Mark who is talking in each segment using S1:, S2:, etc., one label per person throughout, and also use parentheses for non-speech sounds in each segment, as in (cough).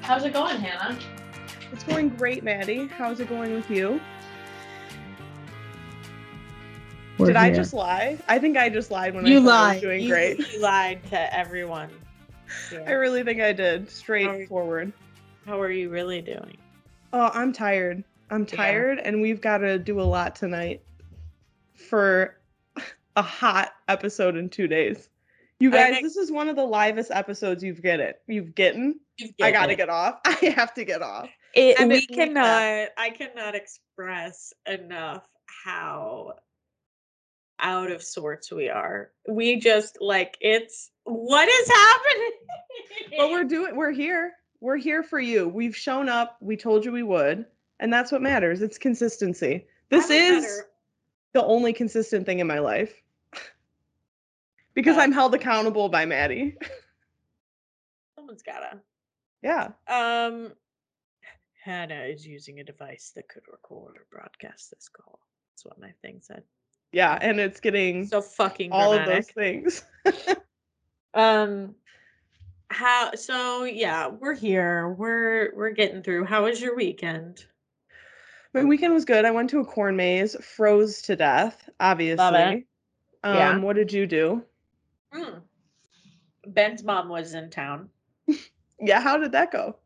S1: How's it going, Hannah?
S2: It's going great, Maddie. How's it going with you?
S3: We're
S2: Did I
S3: here.
S2: just lie? I think I just lied when I
S4: you
S2: said I
S4: lied.
S2: was doing
S4: you,
S2: great.
S4: you lied to everyone.
S2: (laughs) I
S4: Yeah.
S2: really think I did. Straightforward.
S4: How are you really doing?
S2: Oh, I'm tired. I'm
S4: Yeah.
S2: tired, and we've got to do a lot tonight for a hot episode in two days. You
S4: I
S2: guys,
S4: think-
S2: this is one of the livest episodes you've get it. You've gotten. I gotta get off. (laughs) I have to get off.
S4: it.
S2: and
S4: we
S2: it-
S4: cannot. uh, I cannot express enough how out of sorts we are. We just like it's what is happening.
S2: But we're doing. We're here. We're here for you. We've shown up. We told you we would, and that's what matters. It's consistency. (laughs) This
S4: I'm
S2: is
S4: better.
S2: the only consistent thing in my life (laughs) because
S4: Yeah.
S2: I'm held accountable by Maddie. (laughs)
S4: Someone's gotta.
S2: Yeah.
S4: Um, Hannah is using a device that could record or broadcast this call. That's what my thing said.
S2: Yeah. And it's getting
S4: So fucking
S2: Mm-hmm. all of
S4: dramatic.
S2: those things. (laughs)
S4: um how so yeah we're here we're we're getting through how was your weekend
S2: My weekend was good. I went to a corn maze, froze to death, obviously. Um,
S4: Yeah.
S2: What did you do?
S4: Mm. ben's mom was in town
S2: Yeah. How did that go?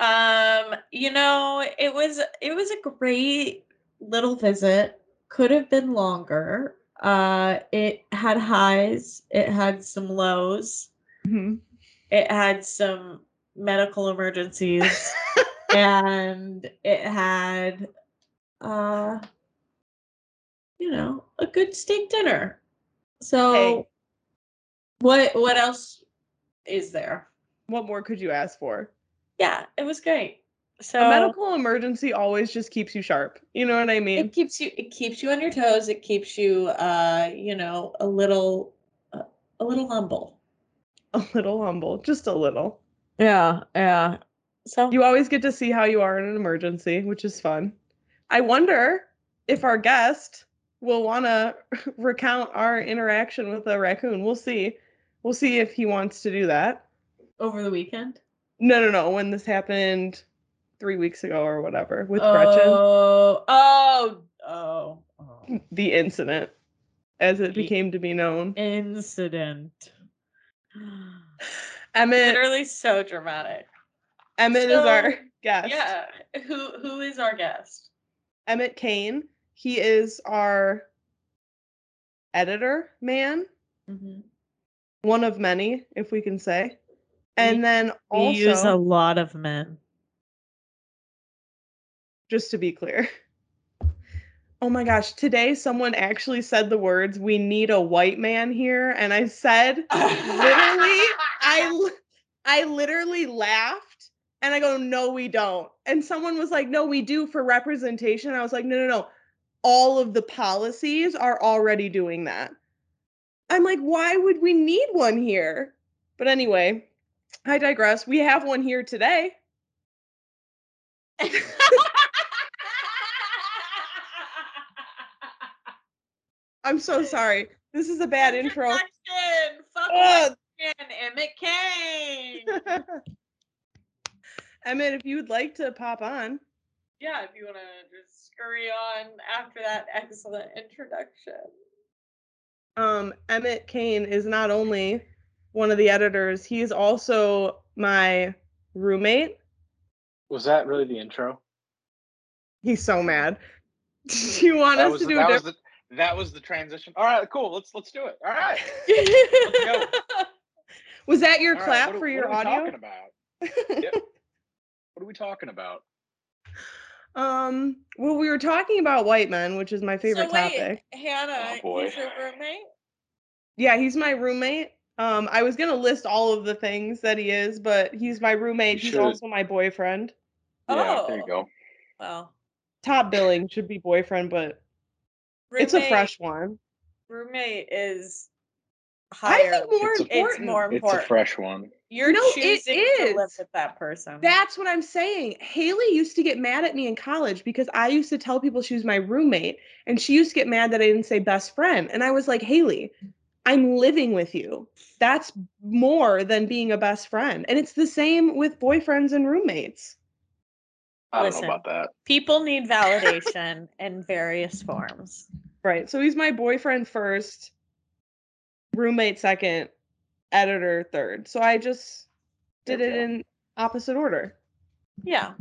S4: um you know it was it was a great little visit could have been longer uh it had highs it had some lows
S2: Mm-hmm.
S4: it had some medical emergencies and it had uh you know a good steak dinner so
S2: Hey.
S4: what what else is there
S2: What more could you ask for?
S4: yeah it was great so
S2: A medical emergency always just keeps you sharp. You know what I mean?
S4: it keeps you it keeps you on your toes it keeps you uh you know a little uh, a little humble
S2: (laughs) a little humble, just a little.
S4: yeah yeah so
S2: You always get to see how you are in an emergency, which is fun. I wonder if our guest will want to (laughs) recount our interaction with a raccoon. We'll see. We'll see if he wants to do that.
S4: over the weekend
S2: No, no, no. When this happened three weeks ago or whatever with
S4: oh, oh oh oh (laughs)
S2: Gretchen, the incident as it
S4: Ye-
S2: became to be known.
S4: incident. (sighs)
S2: Emmett,
S4: Literally so dramatic.
S2: Emmett is our
S4: So,
S2: guest.
S4: Yeah. Who who is our guest?
S2: Emmett Kane. He is our editor man,
S4: Mm-hmm.
S2: one of many, if we can say. And then also
S4: lot of men. (laughs)
S2: just to be clear. (laughs) Oh my gosh, today someone actually said the words, we need a white man here. And I said, literally, I, li- I literally laughed and I go, no, we don't. And someone was like, no, we do for representation. I was like, no, no, no. All of the policies are already doing that. I'm like, why would we need one here? But anyway, I digress. We have one here today. I'm so sorry. This is a bad
S4: (laughs)
S2: intro. (laughs)
S4: Question. Fuck
S2: Ugh.
S4: Question, Emmett
S2: (laughs)
S4: Kane.
S2: Emmett, if you would like to pop on,
S4: yeah, if you want to just scurry on after that excellent introduction.
S2: um, Emmett Kane is not only one of the editors, he is also my roommate.
S5: Was that really the intro?
S2: He's so mad. (laughs) Do you want
S5: That
S2: us
S5: was,
S2: to do a
S5: that, was
S2: different?
S5: the, that was the transition. All right, cool. Let's let's do it. All right.
S2: (laughs) Was that your
S5: All right,
S2: clap
S5: what are-
S2: for your
S5: what are we
S2: audio?
S5: Talking
S2: (laughs)
S5: about? Yep. what are we talking about?
S2: Um, well, we were talking about white men, which is my favorite
S4: so wait,
S2: topic.
S4: Hannah,
S5: Oh, boy.
S4: he's your roommate?
S2: Yeah, he's my roommate. Um, I was gonna list all of the things that he is, but he's my roommate.
S5: You
S2: he's
S5: should.
S2: also my boyfriend.
S5: Yeah, there you
S4: Oh.
S5: go.
S4: Well,
S2: Top billing should be boyfriend, but
S4: roommate,
S2: it's a fresh one.
S4: roommate is higher.
S2: I think more
S5: It's a-
S2: important.
S4: it's more
S5: It's a
S4: important.
S5: fresh one.
S4: You're
S2: No, it
S4: choosing to live
S2: is.
S4: with that person.
S2: That's what I'm saying. Haley used to get mad at me in college because I used to tell people she was my roommate, and she used to get mad that I didn't say best friend. And I was like, Haley, I'm living with you. That's more than being a best friend. And it's the same with boyfriends and roommates.
S5: I don't
S4: Listen.
S5: know about that.
S4: People need validation in various forms.
S2: Right. So he's my boyfriend first, roommate second, editor third. So I just did it
S4: Okay.
S2: in opposite order.
S4: Yeah.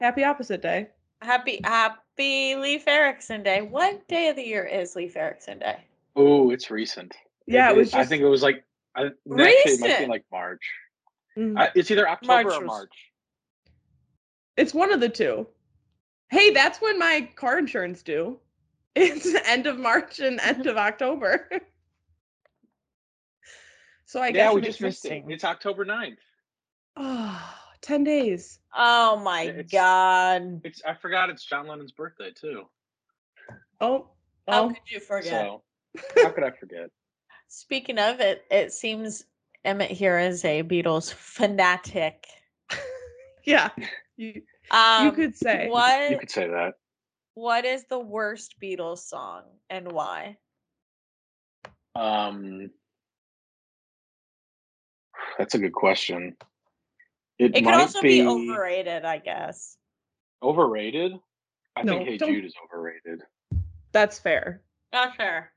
S2: Happy opposite day.
S4: Happy Happy Leif Erikson Day. What day of the year is Leif Erikson Day?
S5: Oh, it's recent.
S2: Yeah, it was
S5: I
S2: just
S5: think it was like I, actually, it might be
S4: Recent.
S5: in, like March.
S2: Mm.
S5: I, it's either October
S4: March
S5: or
S4: was-
S5: March.
S2: it's one of the two. Hey, that's when my car insurance due. (laughs) It's the end of March
S5: (laughs)
S2: and end of October. (laughs) so I
S5: yeah,
S2: guess
S5: we
S2: it
S5: just
S2: makes
S5: missed
S2: (sighs)
S5: it.
S4: interesting.
S5: It's October 9th.
S2: Oh, 10 days.
S4: Oh my
S5: It's-
S4: god.
S5: It's I forgot it's John Lennon's birthday too.
S2: Oh,
S4: How
S2: well,
S4: could you forget?
S5: So how could I forget?
S4: Speaking of it, it seems Emmett here is a Beatles fanatic.
S2: yeah. You,
S4: Um,
S2: you could say.
S4: what
S5: You could say that.
S4: what is the worst Beatles song and why?
S5: Um, that's a good question.
S4: It could
S5: might
S4: also be, overrated, I guess.
S5: overrated. I
S2: No,
S5: think Hey
S2: don't-
S5: Jude is overrated.
S2: That's fair.
S4: Not sure.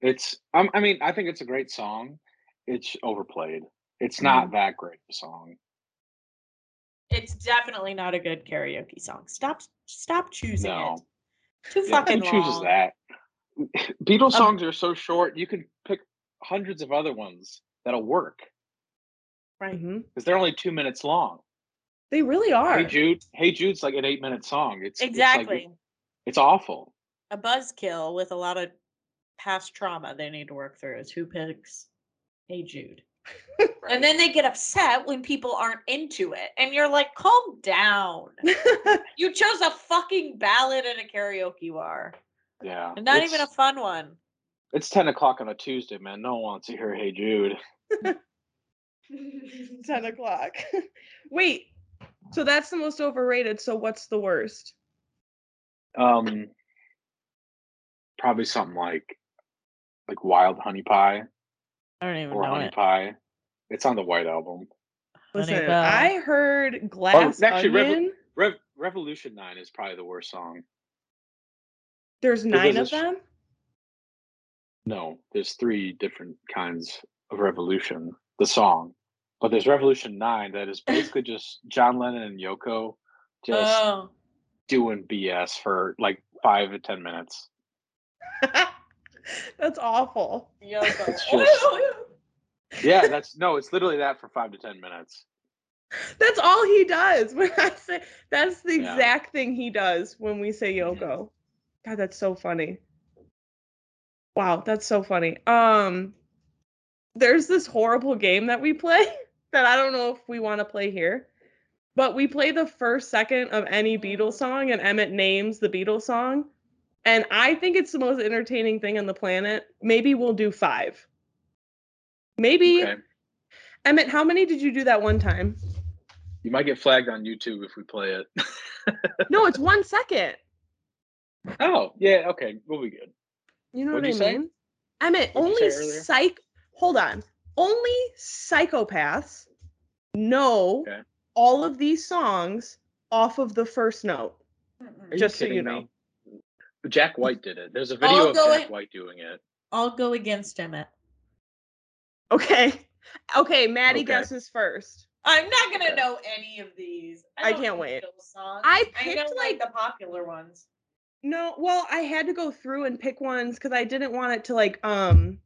S5: It's i I mean I think it's a great song. It's overplayed. It's not
S4: Mm-hmm.
S5: that great of a song.
S4: It's definitely not a good karaoke song. Stop stop choosing
S5: No.
S4: it. Too
S5: Yeah,
S4: fucking Um
S5: who chooses
S4: long.
S5: that? (laughs) Beatles
S4: A-
S5: songs are so short. You can pick hundreds of other ones that'll work
S4: Right.
S2: Mhm.
S5: because they're only two minutes long.
S2: They really are.
S5: Hey
S2: (laughs)
S5: Jude, Hey Jude's like an eight-minute song. It's it's like-
S4: Exactly.
S5: it's awful.
S4: a buzzkill with a lot of past trauma they need to work through is who picks
S2: (laughs)
S4: Hey Jude. And then they get upset when people aren't into it. And you're like, calm down.
S2: (laughs)
S4: you chose a fucking ballad in a karaoke bar.
S5: Yeah,
S4: And not
S5: it's-
S4: even a fun one.
S5: It's ten o'clock on a Tuesday, man. No one wants to hear "Hey Jude."
S2: 10 o'clock. (laughs) Wait. So that's the most overrated. So what's the worst?
S5: Um, probably something like like "Wild Honey Pie"
S4: I don't even
S5: or
S4: know
S5: "Honey
S4: it.
S5: Pie." It's on the White Album.
S2: Listen,
S4: Bell.
S2: I heard Glass
S5: Oh, actually,
S2: Onion.
S5: Revel- Rev- "Revolution 9 is probably the worst song.
S2: There's
S5: was
S2: nine
S5: a
S2: of
S5: sh-
S2: them.
S5: No, there's three different kinds of revolution. The song, but there's "Revolution 9
S4: (laughs)
S5: that is basically just John Lennon and Yoko just
S4: Oh.
S5: doing BS for like five to ten minutes.
S2: That's awful.
S4: Yoko.
S2: (laughs)
S5: It's just- Yeah, that's no, it's literally that for five to ten minutes.
S2: That's all he does (laughs) when I say that's the
S5: Yeah.
S2: exact thing he does when we say Yoko. God, that's so funny. Wow, that's so funny. Um there's this horrible game that we play (laughs) that I don't know if we want to play here. But we play the first second of any Beatles song and Emmett names the Beatles song. And I think it's the most entertaining thing on the planet. Maybe we'll do five. Maybe
S5: Okay.
S2: Emmett, how many did you do that one time?
S5: You might get flagged on YouTube if we play it. (laughs)
S2: No, it's one second.
S5: oh, yeah, okay. We'll be good.
S2: You know
S5: What'd
S2: what
S5: you
S2: I
S5: say?
S2: mean? Emmett,
S5: What'd you
S2: only
S5: say earlier?
S2: psych hold on. Only psychopaths know
S5: Okay.
S2: all of these songs off of the first note.
S5: Are
S2: Just so
S5: kidding
S2: you know.
S5: me? Jack White did it.
S2: Oh,
S5: There's a
S4: I'll
S5: video of
S4: go
S5: Jack
S4: in-
S5: White doing it.
S4: I'll go against Emmett.
S2: Okay. Okay, Maddie
S5: Okay.
S2: guesses first.
S4: I'm not gonna
S5: Okay.
S4: know any of these.
S2: I
S4: don't
S2: can't
S4: know
S2: wait.
S4: Beatles songs.
S2: I
S4: know,
S2: picked, like-
S4: the popular ones.
S2: No, well, I had to go through and pick ones because I didn't want it to like um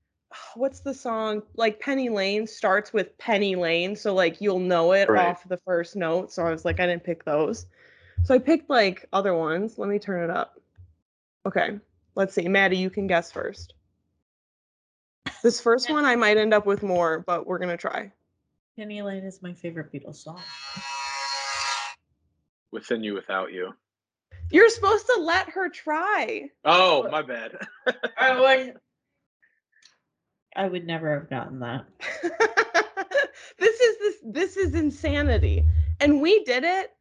S2: (sighs) what's the song? Like Penny Lane starts with Penny Lane, so like you'll know it
S5: Right.
S2: off the first note. So I was like, I didn't pick those. So I picked like other ones. Let me turn it up. Okay. Let's see. Maddie, you can guess first. This first one I might end up with more, but we're gonna try.
S4: Penny Lane is my favorite Beatles song.
S5: Within You Without You.
S2: You're supposed to let her try.
S5: Oh, my bad. (laughs)
S4: I would. I would never have gotten that.
S2: (laughs) this is this this is insanity. And we did it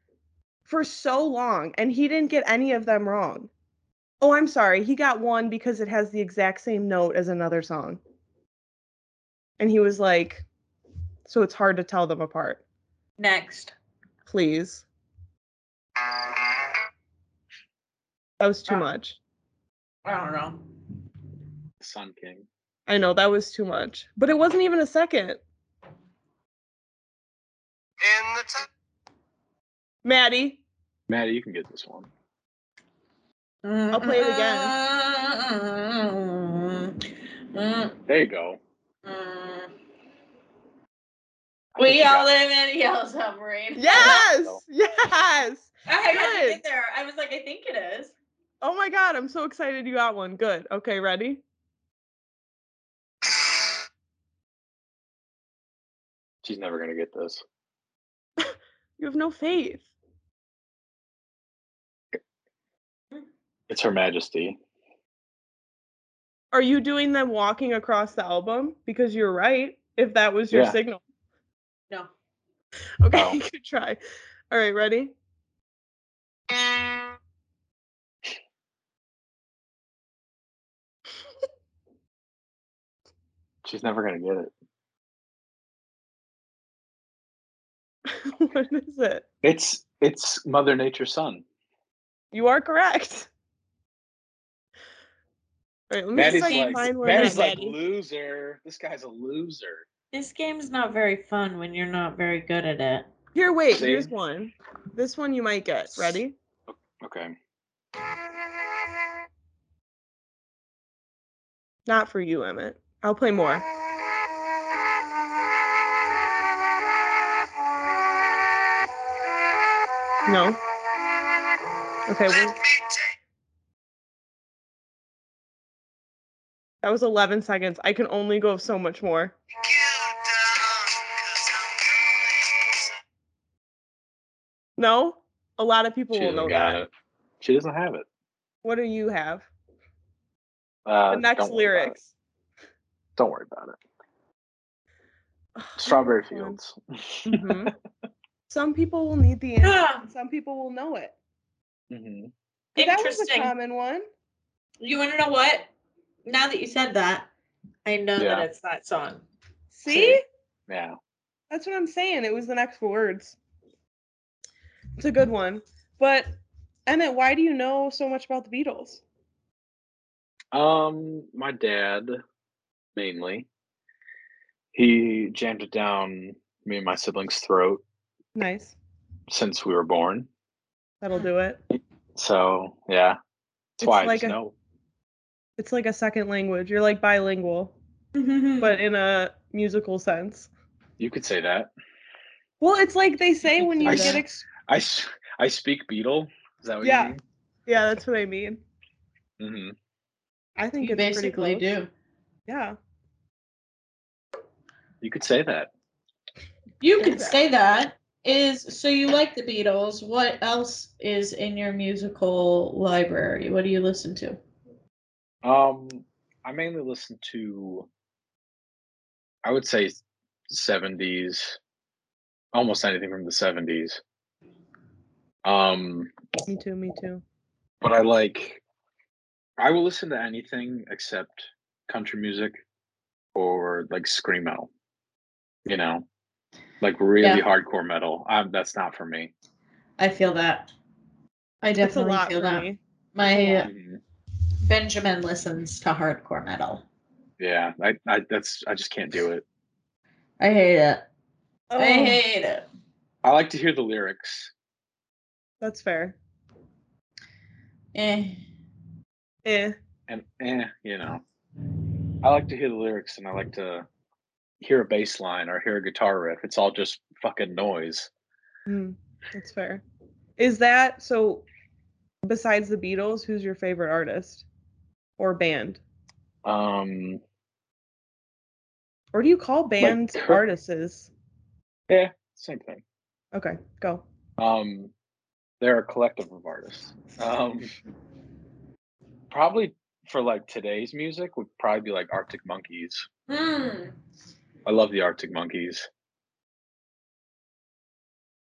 S2: for so long and he didn't get any of them wrong. Oh, I'm sorry. He got one because it has the exact same note as another song. And he was like, So it's hard to tell them apart.
S4: Next.
S2: Please. That was too
S4: Ah.
S2: much.
S4: I don't know.
S5: Sun King.
S2: I know that was too much, but it wasn't even a second.
S1: In the time.
S2: Maddie,
S5: Maddie, you can get this one.
S4: I'll
S2: play it
S4: again.
S5: There you go. I think
S4: We
S5: you
S4: all
S5: got-
S4: live in a yellow submarine.
S2: yes, (laughs) yes.
S4: I had to
S2: Good.
S4: get there. I was like, I think it is.
S2: Oh my god, I'm so excited you got one. Good. Okay, ready?
S5: She's never gonna get this.
S2: You have no faith.
S5: It's Her Majesty.
S2: Are you doing them walking across the album? Because you're right. If that was your
S5: Yeah.
S2: signal. (laughs)
S4: No.
S2: Okay,
S5: Oh.
S2: you could try. All right, ready? (laughs)
S5: She's never gonna get it.
S2: what is it?
S5: It's it's Mother Nature's son.
S2: You are correct. All right, let me see
S5: Maddie's
S2: if I can
S5: like,
S2: find where
S5: Maddie's
S2: that-
S5: like loser. This guy's a loser.
S4: This game's not very fun when you're not very good at it.
S2: Here, wait. Here's
S5: See?
S2: one. This one you might get. Ready?
S5: Okay.
S2: Not for you, Emmett. I'll play more. No. Okay. Well, that was 11 seconds. I can only go so much more. No, a lot of people
S5: She
S2: will know
S5: doesn't got
S2: that.
S5: it. She doesn't have it.
S2: What do you have?
S5: Uh,
S2: The next
S5: don't worry about it.
S2: lyrics. (sighs)
S5: Don't worry about it.
S2: Ugh,
S5: Strawberry
S2: come on.
S5: Fields. (laughs)
S2: Mhm. Some people will need the
S5: (gasps)
S2: answer. and Some people will know it.
S5: hmm
S2: But that was a
S4: Interesting.
S2: common one.
S4: you want to know what? Now that you said that, I know
S5: Yeah.
S4: that it's that (laughs) song.
S2: See?
S5: See? Yeah.
S2: That's what I'm saying. It was the next words. It's a good one. But Emmett, why do you know so much about the Beatles?
S5: Um, my dad, mainly. He jammed it down me and my siblings' throat
S2: Nice.
S5: since we were born.
S2: That'll do it.
S5: So yeah, that's
S2: It's
S5: why I
S2: like
S5: just
S2: a-
S5: know.
S2: It's like a second language. You're like bilingual, but in a musical sense.
S5: You could say that.
S2: Well, it's like they say when you
S5: I
S2: get
S5: see.
S2: ex-
S5: I s- I speak Beetle. Is that what
S2: Yeah.
S5: you
S2: Yeah, that's what I mean.
S5: mean? Mm-hmm.
S2: I think
S4: you
S2: it's pretty
S4: basically
S2: close.
S4: do.
S2: Yeah.
S5: You could say that.
S4: You
S2: Exactly.
S4: could say that is so you like the Beatles. What else is in your musical library? What do you listen to?
S5: Um, I mainly listen to, I would say, seventies, almost anything from the seventies. Um,
S2: Me too, me too.
S5: but I like, I will listen to anything except country music or like scream metal. You know, like really
S4: Yeah.
S5: hardcore metal. Um, that's not for me.
S4: I feel that. I
S2: That's a
S4: definitely
S2: lot
S4: feel
S2: for
S4: that.
S2: me.
S4: My uh,
S5: Mhm.
S4: Benjamin listens to hardcore metal.
S5: Yeah, I, I that's I just can't do it.
S4: I hate it.
S2: Oh,
S4: I hate it.
S5: I like to hear the lyrics.
S2: Oh, that's fair.
S4: Eh.
S2: Eh.
S5: and eh, you know, I like to hear the lyrics and I like to hear a bass line or hear a guitar riff. It's all just fucking noise.
S2: Mm, that's fair. Is that so? Besides the Beatles, who's your favorite artist or band?
S5: Um,
S2: Or do you call bands
S5: Kurt-
S2: artists?
S5: yeah, same thing.
S2: Okay, go.
S5: Um, they're a collective of artists. Um, probably for like today's music would probably be like Arctic Monkeys.
S4: Mm.
S5: I love the Arctic Monkeys.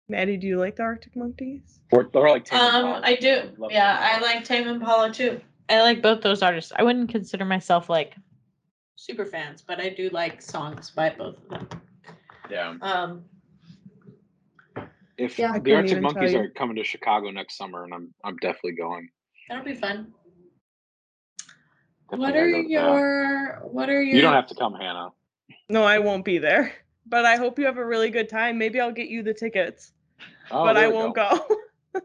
S2: Maddie, do you like the Arctic Monkeys?
S5: Or, or like Tame
S4: Um,
S5: Impala.
S4: I do.
S5: Love
S4: yeah,
S5: Tame
S4: I
S5: Impala.
S4: like Tame Impala too. I like both those artists. I wouldn't consider myself like super fans, but I do like songs by both of them.
S5: Yeah.
S4: Um,
S5: If
S4: Yeah. I
S5: the
S2: couldn't
S5: Arctic
S2: even tell
S5: Monkeys
S2: you.
S5: are coming to Chicago next summer, and I'm I'm definitely going.
S4: that'll be fun.
S5: Definitely
S4: What
S5: gotta
S4: are
S5: go to that.
S4: your What are your
S5: You don't have to come, Hannah.
S2: No, I won't be there. But I hope you have a really good time. Maybe I'll get you the tickets,
S5: Oh,
S2: but
S5: there
S2: I
S5: we
S2: won't
S5: go.
S2: go.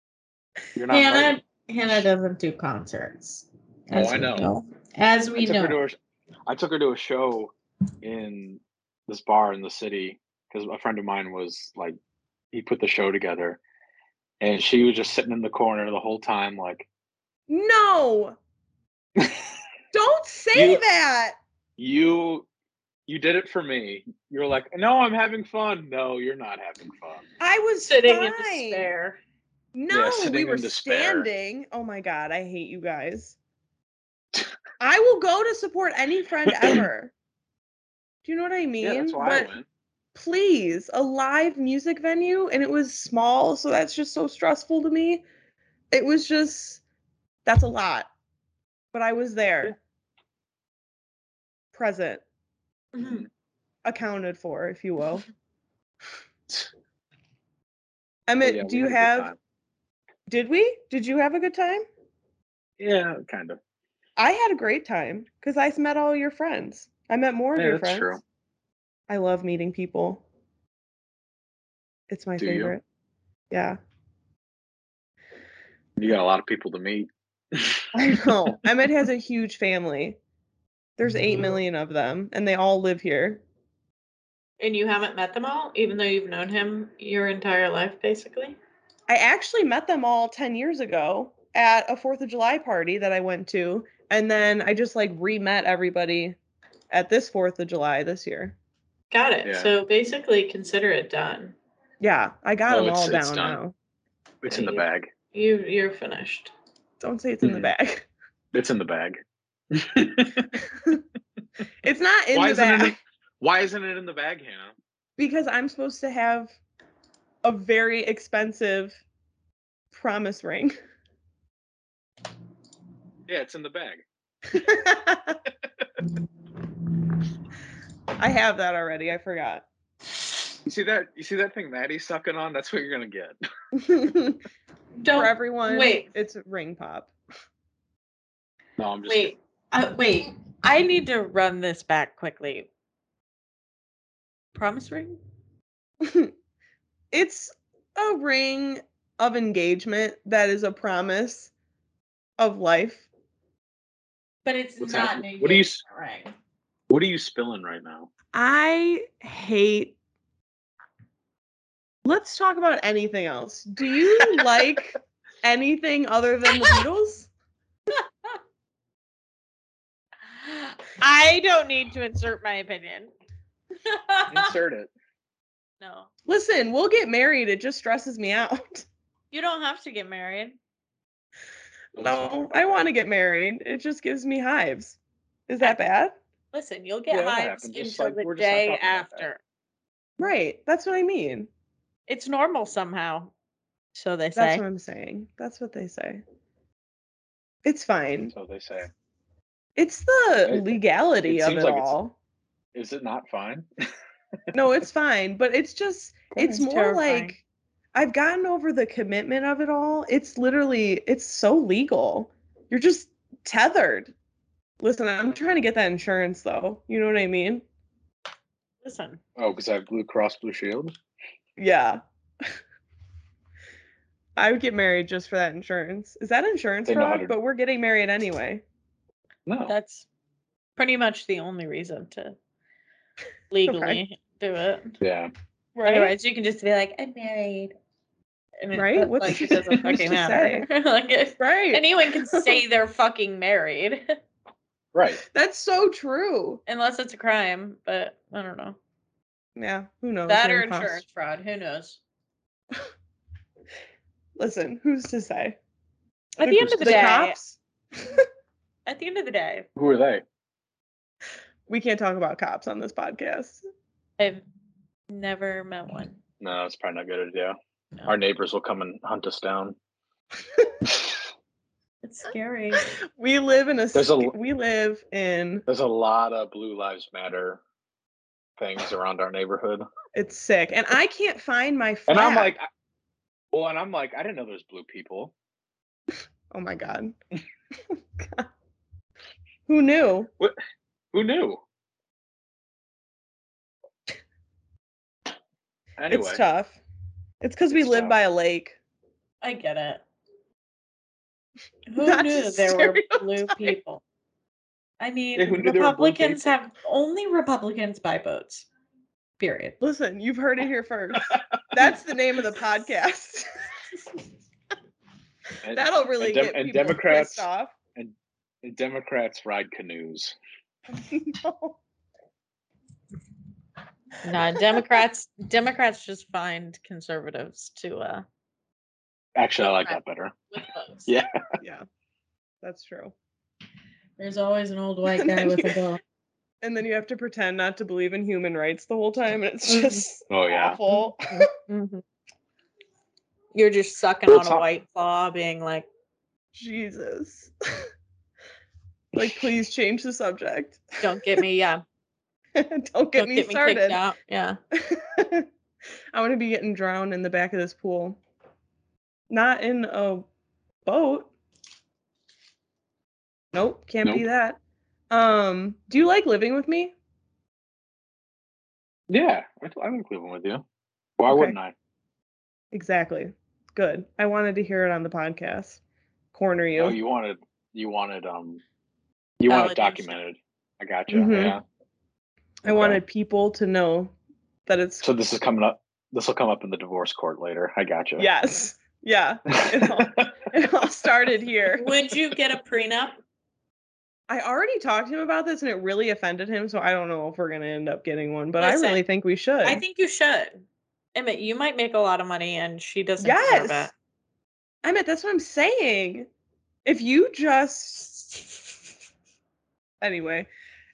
S2: (laughs)
S5: You're not
S4: Hannah?
S5: invited.
S4: Hannah doesn't do concerts.
S5: Oh,
S4: as
S5: I
S4: we
S5: know.
S4: As
S5: I
S4: we
S5: took her to
S4: know.
S5: a, I took her to a show in this bar in the city because a friend of mine was like, he put the show together, and she was just sitting in the corner the whole time, like, (laughs)
S2: no, don't say
S5: You-
S2: that.
S5: you, you did it for me. You were like, no, I'm having fun. No, you're not having fun.
S2: I was
S4: Sitting
S2: fine.
S4: in despair.
S2: No, we
S5: sitting
S2: were
S5: in despair.
S2: standing. Oh my god, I hate you
S5: (laughs)
S2: guys. I will go to support any
S5: (clears throat)
S2: friend ever. Do you know what I mean?
S5: Yeah, that's why
S2: but
S5: I went.
S2: please, a live music venue, and it was small, so that's just so stressful to me. It was just that's a lot, but I was there, present,
S4: Mm-hmm.
S5: Mhm.
S2: accounted for, if you will. Emmett,
S5: Yeah,
S2: do
S5: we
S2: you
S5: had a
S2: have?
S5: good time.
S2: Did we? Did you have a good time?
S5: Yeah, kind of.
S2: I had a great time because I met all your friends. I met more of
S5: Yeah,
S2: your
S5: that's
S2: friends.
S5: true.
S2: I love meeting people. It's my
S5: Do you?
S2: favorite. Yeah,
S5: You got a lot of people to meet.
S2: I
S5: (laughs)
S2: know. Emmett has a huge family. There's
S5: Mm-hmm.
S2: eight million of them, and they all live here.
S4: And you haven't met them all, even though you've known him your entire life, basically.
S2: I actually met them all 10 years ago at a 4th of July party that I went to. And then I just like re met everybody at this 4th of July this year.
S4: Got it.
S5: Yeah.
S4: So basically, consider it done.
S2: Yeah, I got
S5: Oh,
S2: them
S5: it's-
S2: all
S5: it's
S2: down
S5: done.
S2: now.
S5: It's in the bag.
S4: You you're finished.
S2: Don't say it's in the
S5: Mhm.
S2: bag. (laughs)
S5: It's in the bag.
S2: It's not in
S5: Why
S2: the
S5: isn't it in-
S2: bag
S5: Why isn't it in the bag, Hannah?
S2: (laughs) because I'm supposed to have a very expensive promise ring.
S5: Yeah, it's in the bag.
S2: I have that already. I forgot. (laughs)
S5: You see that? You see that thing Maddie's sucking on? That's what you're gonna get. (laughs)
S2: For
S4: Don't
S2: everyone,
S4: Oh, wait.
S2: it's ring pop.
S5: No, I'm just.
S4: wait. Uh, wait. I need to run this back quickly. Promise ring.
S2: it's a ring of engagement that is a promise of life.
S4: But it's
S5: What's
S4: not.
S5: happening?
S4: an
S5: What are you
S4: engagement ring.
S5: What are you spilling right now?
S2: I hate. Let's talk about anything else. Do you like anything other than the Beatles?
S4: I don't need to insert my opinion.
S5: Insert it.
S4: (laughs) no,
S2: Listen, we'll get married. It just stresses me out.
S4: you don't have to get married.
S2: No, I want to get married. It just gives me hives. Is that bad?
S4: Listen, you'll get
S5: Yeah, that
S4: hives
S5: happened, just
S4: until
S5: like-
S4: the
S5: we're just not
S4: day
S5: talking about that.
S4: after.
S2: Right. That's what I mean.
S4: It's normal somehow. So they
S2: That's
S4: say.
S2: what I'm saying. That's what they say. It's fine.
S5: So they say.
S2: It's the
S5: It-
S2: legality
S5: it
S2: of
S5: seems
S2: it
S5: like it's-
S2: all.
S5: Is it not fine?
S2: no,
S5: (laughs)
S2: it's fine, but it's just it's
S4: It's
S2: more
S4: terrifying.
S2: like I've gotten over the commitment of it all. It's literally it's so legal. You're just tethered. Listen, I'm trying to get that insurance though. You know what I mean?
S4: Listen,
S5: Oh, because I have Blue Cross Blue Shield.
S2: Yeah. (laughs) I would get married just for that insurance. Is that insurance
S5: They know how
S2: fraud?
S5: to-
S2: But we're getting married anyway.
S5: No.
S4: that's pretty much the only reason
S5: (laughs)
S4: to legally do it.
S5: yeah.
S2: Right?
S4: Otherwise, you can just be like, "I'm married," and it-
S2: Right?
S4: that,
S2: What's-
S4: like, it
S5: (laughs)
S4: doesn't
S2: who's
S4: fucking
S2: to
S4: matter. (laughs) like, if
S2: Right.
S4: anyone can say they're fucking married, (laughs)
S5: Right.
S2: That's so true.
S4: unless it's a crime. But I don't know
S2: Yeah, who knows?
S4: that
S2: when
S4: or
S2: it costs.
S4: insurance fraud. Who knows?
S2: Listen, who's to say?
S4: At the end of the,
S5: The
S4: day,
S2: cops?
S4: at the end of the day,
S5: Who are they?
S2: We can't talk about cops on this podcast.
S4: I've never met one.
S5: No, it's probably not a good idea.
S4: No.
S5: Our neighbors will come and hunt us down.
S6: It's scary.
S2: We live in a,
S5: There's a-
S2: sc- we live in
S5: There's a lot of Blue Lives Matter things around our neighborhood.
S2: it's sick, and I can't find my flag.
S5: And I'm like, I- well, and I'm like, I didn't know there's blue people.
S2: oh my
S4: (laughs)
S2: god, (laughs) God. who knew?
S5: Who knew? Anyway,
S2: It's tough. It's because we
S5: It's
S2: live
S5: tough.
S2: by a lake.
S6: (laughs) I get
S4: (laughs)
S6: it. Who
S2: Not
S6: knew
S2: just
S6: there were
S4: (laughs)
S6: blue people? I mean,
S5: Yeah, who knew there were blue
S6: Republicans have only Republicans buy votes. Period.
S2: Listen, you've heard it here
S5: (laughs)
S2: first. That's the name of the podcast. (laughs)
S5: and,
S2: That'll really
S5: and Dem-
S2: get
S5: and
S2: people
S5: Democrats-
S2: pissed off. (laughs)
S5: and Democrats ride canoes.
S2: No.
S4: No, Democrats Democrats just find conservatives to uh
S5: Actually, I like that better.
S4: with votes.
S5: Yeah.
S2: Yeah, that's true.
S6: There's always an old
S5: (laughs)
S6: white
S2: And
S6: guy
S2: then
S6: with
S2: you-
S6: a bow.
S2: And then you have to pretend not to believe in human rights the whole time, and it's just
S5: Oh yeah,
S2: awful.
S4: Mhm. You're just sucking
S5: Well,
S4: on a
S5: top-
S4: white claw, being like,
S2: Jesus. (laughs) like, please change the subject. (laughs)
S4: "Don't get me, yeah,
S2: Don't get
S4: don't
S2: me
S4: get me kicked
S2: started.
S4: out."
S2: (laughs)
S4: Yeah,
S2: I want to be getting drowned in the back of this pool. Not in a boat. Nope, can't be that. Um, do you like living with me?
S5: yeah. I- I'm in Cleveland with you. Why
S2: Okay.
S5: wouldn't I?
S2: Exactly. Good. I wanted to hear it on the podcast. Corner you.
S5: Oh, you wanted, you wanted, um, you wanted
S4: Validation.
S5: documented. I got you.
S2: Mhm.
S5: Yeah.
S2: I wanted people to know that it's
S5: So this is coming up. This will come up in the divorce court later. I got (laughs) you.
S2: yes.
S5: (laughs)
S2: Yeah. It all, it all started here.
S6: Would you get a prenup?
S2: I already talked to him about this and it really offended him, so I don't know if we're gonna end up getting one, but I
S6: Listen,
S2: really think we should.
S6: I
S4: think you should. Emmett, you might make a lot of money, and she doesn't deserve
S2: yes.
S4: it.
S2: I mean that's what I'm saying. If you just anyway.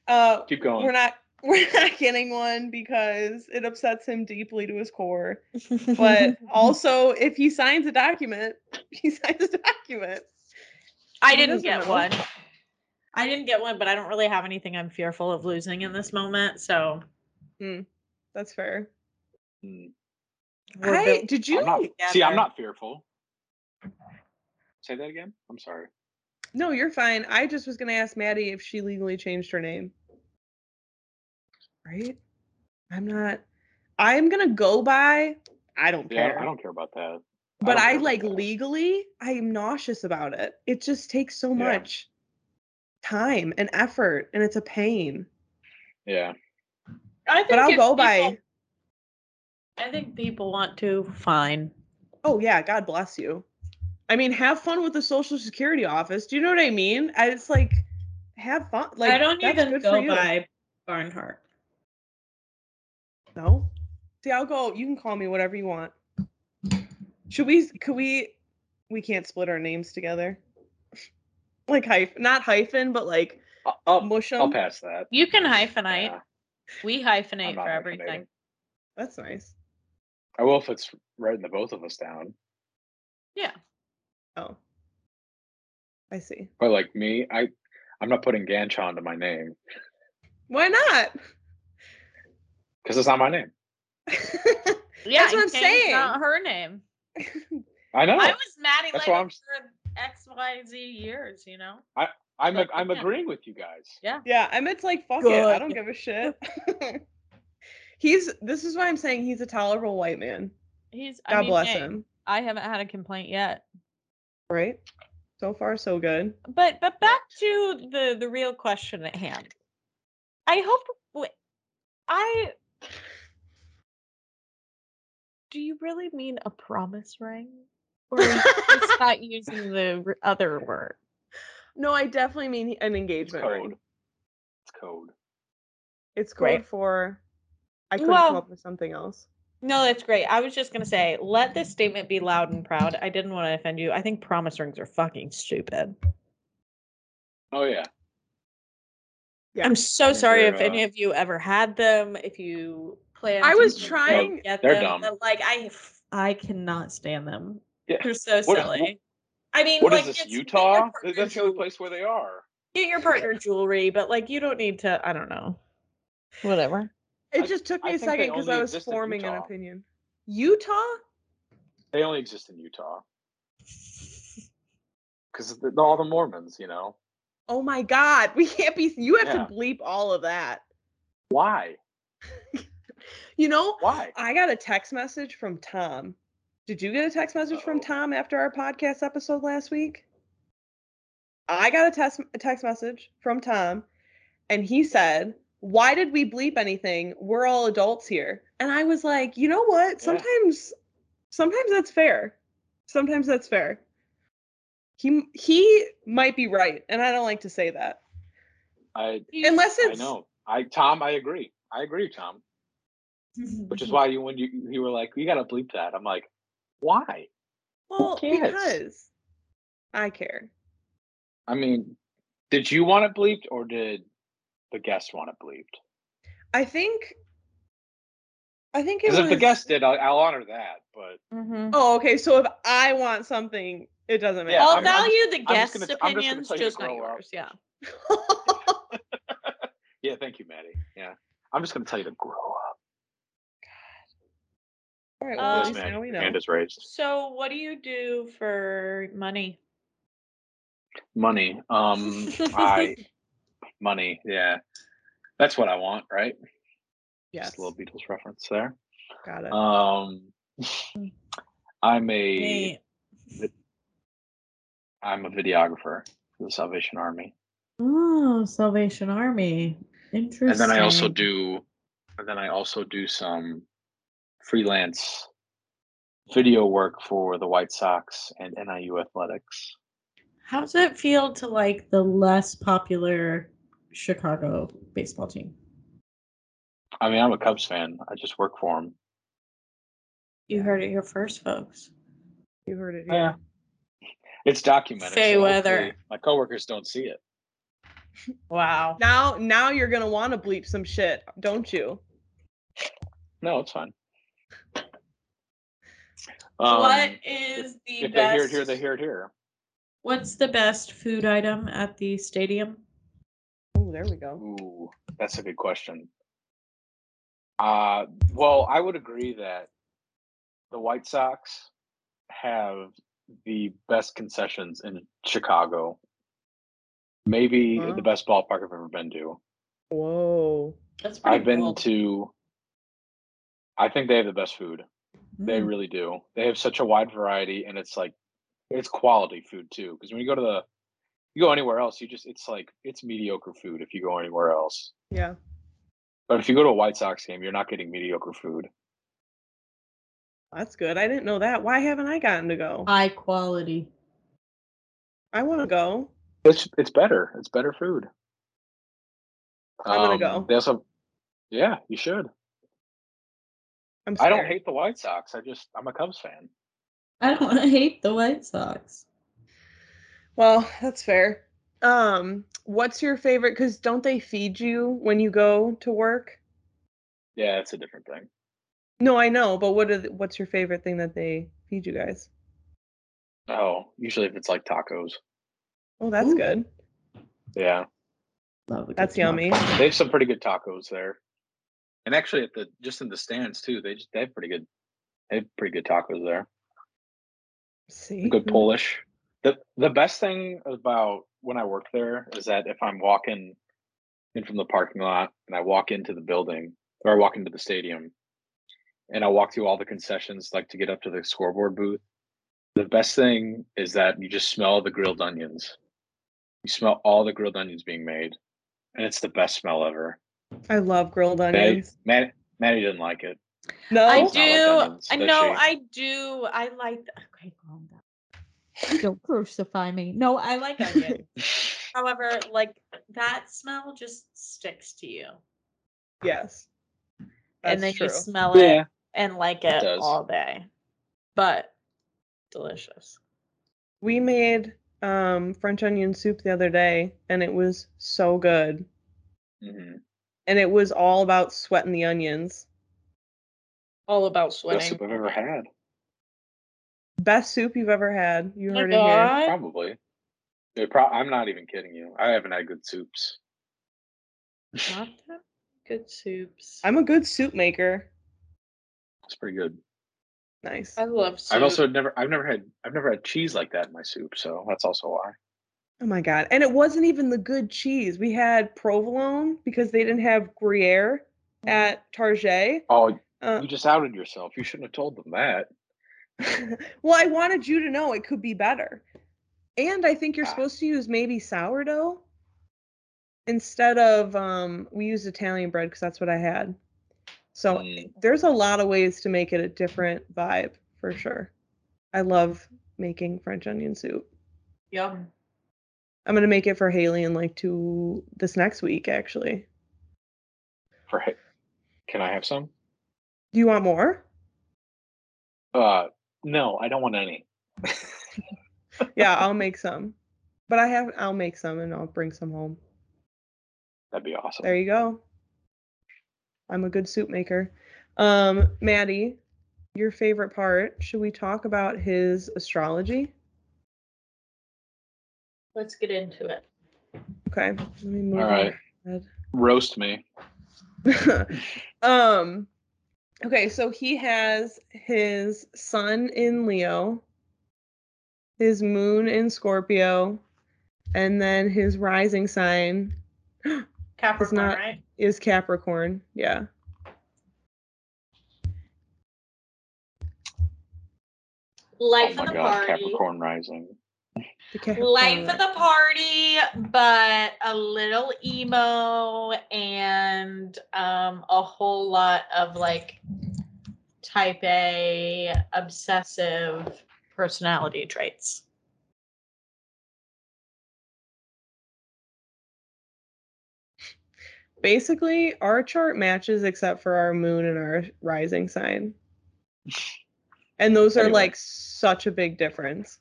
S2: Uh
S5: Keep going.
S2: we're not (laughs) we're not getting one because it upsets him deeply to his core.
S4: (laughs)
S2: But also if he signs a document, (laughs) he signs a document.
S4: I
S2: He
S4: didn't
S2: doesn't
S4: get
S2: know.
S4: one. I didn't get one, but I don't really have anything I'm fearful of losing in this moment. So
S2: That's fair.
S5: Mm.
S4: we're
S2: I-
S4: built-
S2: did
S5: I'm
S2: you
S5: not, see,
S4: together.
S5: I'm not fearful. Say that again. I'm sorry.
S2: No, you're fine. I just was gonna ask Maddie if she legally changed her name. Right? I'm not. I'm gonna go by. I don't
S5: Yeah, I
S2: care.
S5: don't- I don't care about that.
S2: but
S5: don't
S2: I,
S5: care about
S2: like
S5: that.
S2: legally. I am nauseous about it. It just takes so
S5: Yeah.
S2: much time and effort, and it's a pain.
S5: Yeah.
S4: I think
S2: But I'll
S4: if
S2: go
S4: people-
S2: by.
S4: I think people want to. Fine.
S2: Oh yeah, God bless you. I mean, have fun with the Social Security office. Do you know what I mean? I, it's like have fun. Like
S6: I don't
S2: that's
S6: even
S2: good for
S6: go
S2: you.
S6: by Barnhart.
S2: No. See, I'll go. You can call me whatever you want. Should we? Could we? We can't split our names together. Like hyphen, not hyphen, but like
S5: I'll, I'll,
S2: mush 'em.
S5: I'll pass that.
S4: You can hyphenate.
S5: Yeah,
S4: We
S5: I'm
S4: hyphenate
S5: not
S4: for
S5: hyphenating.
S4: everything.
S2: That's nice.
S5: I will if it's writing the both of us down.
S2: Oh, I see.
S5: But like me, I, I'm not putting Ganchon to my name
S2: Why not? (laughs)
S5: because it's not my name.
S4: Yeah,
S2: That's what
S4: and
S2: I'm
S4: Kane's
S2: saying.
S4: Not her name.
S5: I know.
S4: I
S5: I,
S4: was Maddie
S5: That's why
S4: Lego
S5: I'm s-
S4: for X, Y, Z years. You know.
S5: am
S4: like,
S5: I'm
S4: yeah.
S5: agreeing with you guys.
S2: yeah, I meant like fuck it. I don't
S4: Good.
S2: give a shit. (laughs) he's. This is why I'm saying he's a tolerable white man.
S4: He's.
S2: God
S4: I mean,
S2: bless
S4: hey,
S2: him.
S4: I haven't had a complaint yet.
S2: Right. So far, so good.
S4: But but back to the the real question at hand. I hope. w- I. Do you really mean a promise ring, or is (laughs) this not using the r- other word?
S2: No, I definitely mean an
S5: It's
S2: engagement ring.
S5: code. It's code.
S2: It's code
S4: Right.
S2: for. I couldn't come
S4: Well-
S2: up with something else.
S4: No, that's great. I was just gonna say, let this statement be loud and proud. I didn't want to offend you. I think promise rings are fucking stupid.
S5: Oh yeah.
S2: Yeah.
S4: I'm so
S5: They're-
S4: sorry if
S5: uh,
S4: any of you ever had them. If you plan,
S2: I
S4: to
S1: (laughs)
S2: was
S4: ever
S2: trying-
S5: (laughs)
S4: get
S5: They're
S4: them,
S5: dumb.
S4: but, like I, f- I cannot stand them.
S5: Yeah.
S4: They're so
S5: What-
S4: silly.
S1: I mean,
S5: What is
S1: like,
S5: this,
S1: get- get your
S5: Utah?
S1: partner
S5: That's the only
S1: jewel-
S5: place where they are.
S1: Get your partner jewelry, but like, you don't need to. I don't know. (laughs) Whatever.
S2: It
S5: I-
S2: just took
S5: I
S2: me a
S5: think they
S2: second because I
S5: only
S2: was
S5: exist in
S2: forming an
S5: Utah.
S2: opinion. Utah?
S5: They only exist in Utah because all the Mormons, you know.
S2: Oh my God. We can't be. You have
S5: Yeah.
S2: to bleep all of that.
S5: Why?
S2: You know,
S5: Why?
S2: I got a text message from Tom. Did you get a text message from
S5: Uh-oh.
S2: Tom after our podcast episode last week? I got a text a text message from Tom and he said, "Why did we bleep anything? We're all adults here." And I was like, "You know what?
S5: Yeah.
S2: Sometimes sometimes that's fair. Sometimes that's fair." He he might be right, and I don't like to say that.
S5: I
S1: (laughs)
S2: Unless
S5: I
S2: it's
S5: know. I Tom, I agree. I agree, Tom.
S1: Mm-hmm,
S5: Which is
S2: Mm-hmm.
S5: why you when you you were like, you gotta bleep that. I'm like, why?
S2: well,
S5: cares?
S2: because I care.
S5: I mean, did you want it bleeped or did the guest want it bleeped?
S2: I think I think it
S5: Because
S2: was
S5: if the guest did, I'll, I'll honor that. But
S1: Mm-hmm.
S2: Oh, okay. So if I want something, it doesn't
S5: Yeah,
S1: I'll
S5: I'm-
S2: matter.
S5: I'm
S1: value the
S5: just
S1: guests'
S5: gonna- I'm just gonna
S1: opinions,
S5: tell
S1: just,
S5: you to
S1: not
S5: grow up.
S1: yours. Yeah.
S5: (laughs) yeah, thank you, Maddie. Yeah, I'm just gonna tell you to grow up.
S2: All right,
S1: Uh,
S2: well, at
S5: Yes,
S2: least
S5: man.
S2: now Oh, we
S5: Your
S2: know.
S5: Hand is raised.
S1: So, what do you do for money?
S5: Money. Um,
S2: (laughs)
S5: I money. Yeah, that's what I want. Right.
S2: yes.
S5: Just a little Beatles reference there.
S2: Got it.
S5: Um,
S2: Mm.
S5: I'm a
S1: Hey,
S5: am a videographer for the Salvation Army,
S4: Oh, Salvation Army. Interesting.
S5: and then I also do, and then I also do some freelance video work for the White Sox and NIU Athletics.
S4: How does it feel to like the less popular Chicago baseball team?
S5: I mean, I'm a Cubs fan. I just work for them.
S4: You heard it here first, folks.
S2: You heard it.
S5: Yeah.
S2: here.
S5: It's documented.
S1: Fey weather.
S5: hopefully My coworkers don't see it.
S1: wow.
S2: Now, now you're gonna want to bleep some shit, don't you?
S5: No, it's fine.
S4: what
S5: Um,
S4: is the
S5: If they
S4: best?
S5: hear it here, they hear it here.
S4: What's the best food item at the stadium?
S2: Oh, there we go.
S5: Ooh, that's a good question. Uh, well, I would agree that the White Sox have the best concessions in Chicago. Maybe
S2: Wow.
S4: Mm-hmm.
S5: the best ballpark I've ever been to.
S2: Whoa.
S4: That's pretty
S5: I've been
S4: cool.
S5: to. I think they have the best food. They
S4: Mm.
S5: really do. They have such a wide variety, and it's like it's quality food too. Because when you go to the, you go anywhere else, you just it's like it's mediocre food if you go anywhere else.
S2: Yeah.
S5: But if you go to a White Sox game, you're not getting mediocre food.
S2: That's good. I didn't know that. Why haven't I gotten to go?
S4: High quality.
S2: I want to go.
S5: It's it's better. It's better food.
S2: I'm gonna go.
S5: There's a, yeah, you should.
S2: I'm.
S5: I
S2: Scared.
S5: don't hate the White Sox. I just I'm a Cubs fan.
S4: I don't hate the White Sox.
S2: Well, that's fair. Um, what's your favorite? Because don't they feed you when you go to work?
S5: Yeah, it's a different thing.
S2: No, I know, but what are the, what's your favorite thing that they feed you guys?
S5: Oh, usually if it's like tacos.
S2: Oh, that's
S4: Ooh.
S2: good.
S5: Yeah,
S4: Love a good
S2: That's
S4: taco.
S2: yummy.
S5: they have some pretty good tacos there. And actually, at the just in the stands too, they just, they have pretty good they have pretty good tacos there.
S2: See,
S5: good
S1: Mm-hmm.
S5: Polish. The the best thing about when I work there is that if I'm walking in from the parking lot and I walk into the building or I walk into the stadium and I walk through all the concessions like to get up to the scoreboard booth, the best thing is that you just smell the grilled onions. You smell all the grilled onions being made. And it's the best smell ever.
S2: I love grilled onions.
S5: Maddie, Maddie didn't like it.
S2: No,
S1: I
S5: Does not like
S1: do.
S5: onions,
S1: I
S5: does
S1: know.
S5: she?
S1: I do. I like. Okay, calm down.
S4: Don't crucify me. No,
S2: (laughs)
S4: I like onions. However, like that smell just sticks to you,
S2: yes, that's
S1: and then
S2: true.
S1: you smell it
S5: Yeah.
S1: and like
S5: It
S1: it,
S5: does.
S1: all day. But delicious.
S2: we made um, French onion soup the other day, and it was so good.
S5: hmm
S2: And it was all about sweating the onions.
S1: All about
S5: Best
S1: sweating.
S5: soup I've ever had.
S2: Best soup you've ever had.
S1: Oh
S2: You
S4: My
S2: heard it here.
S4: God.
S5: Probably. It pro- I'm not even kidding you. I haven't had good soups.
S4: Not that good soups. i
S2: I'm a good soup maker.
S5: It's pretty good.
S2: Nice.
S4: love soup.
S5: I've also never. I've never had. I've never had cheese like that in my soup. So that's also why.
S2: Oh my god. And it wasn't even the good cheese. We had provolone because they didn't have Gruyere at Target.
S5: Oh,
S2: Uh,
S5: you just outed yourself. You shouldn't have told them that.
S2: (laughs) well, I wanted you to know it could be better. And I think you're
S5: Ah.
S2: supposed to use maybe sourdough instead of um we used Italian bread because that's what I had. So
S5: Mm.
S2: there's a lot of ways to make it a different vibe for sure. I love making French onion soup.
S4: Yum.
S2: I'm gonna make it for Haley in like two this next week actually.
S5: For he- can I have some?
S2: Do you want more?
S5: Uh, no, I don't want any.
S2: yeah,
S5: (laughs)
S2: I'll make some. But I have I'll make some and I'll bring some home.
S5: That'd be awesome.
S2: There you go. I'm a good soup maker. Um, Maddie, your favorite part, should we talk about his astrology?
S4: Let's get into it.
S2: Okay. Let me move
S5: All right,
S2: on.
S5: roast me.
S2: (laughs) um okay, so he has his sun in Leo, his moon in Scorpio, and then his rising sign
S4: Capricorn,
S2: not-
S4: right?
S2: is Capricorn. Yeah.
S5: Oh
S1: Oh
S4: Life
S5: Oh my
S4: of the
S5: god,
S4: party.
S5: Capricorn rising.
S2: The Capricorn
S4: Life of the party, but a little emo and um, a whole lot of like type A obsessive personality traits.
S2: basically our chart matches except for our moon and our rising sign and those are
S5: Anyway.
S2: like such a big difference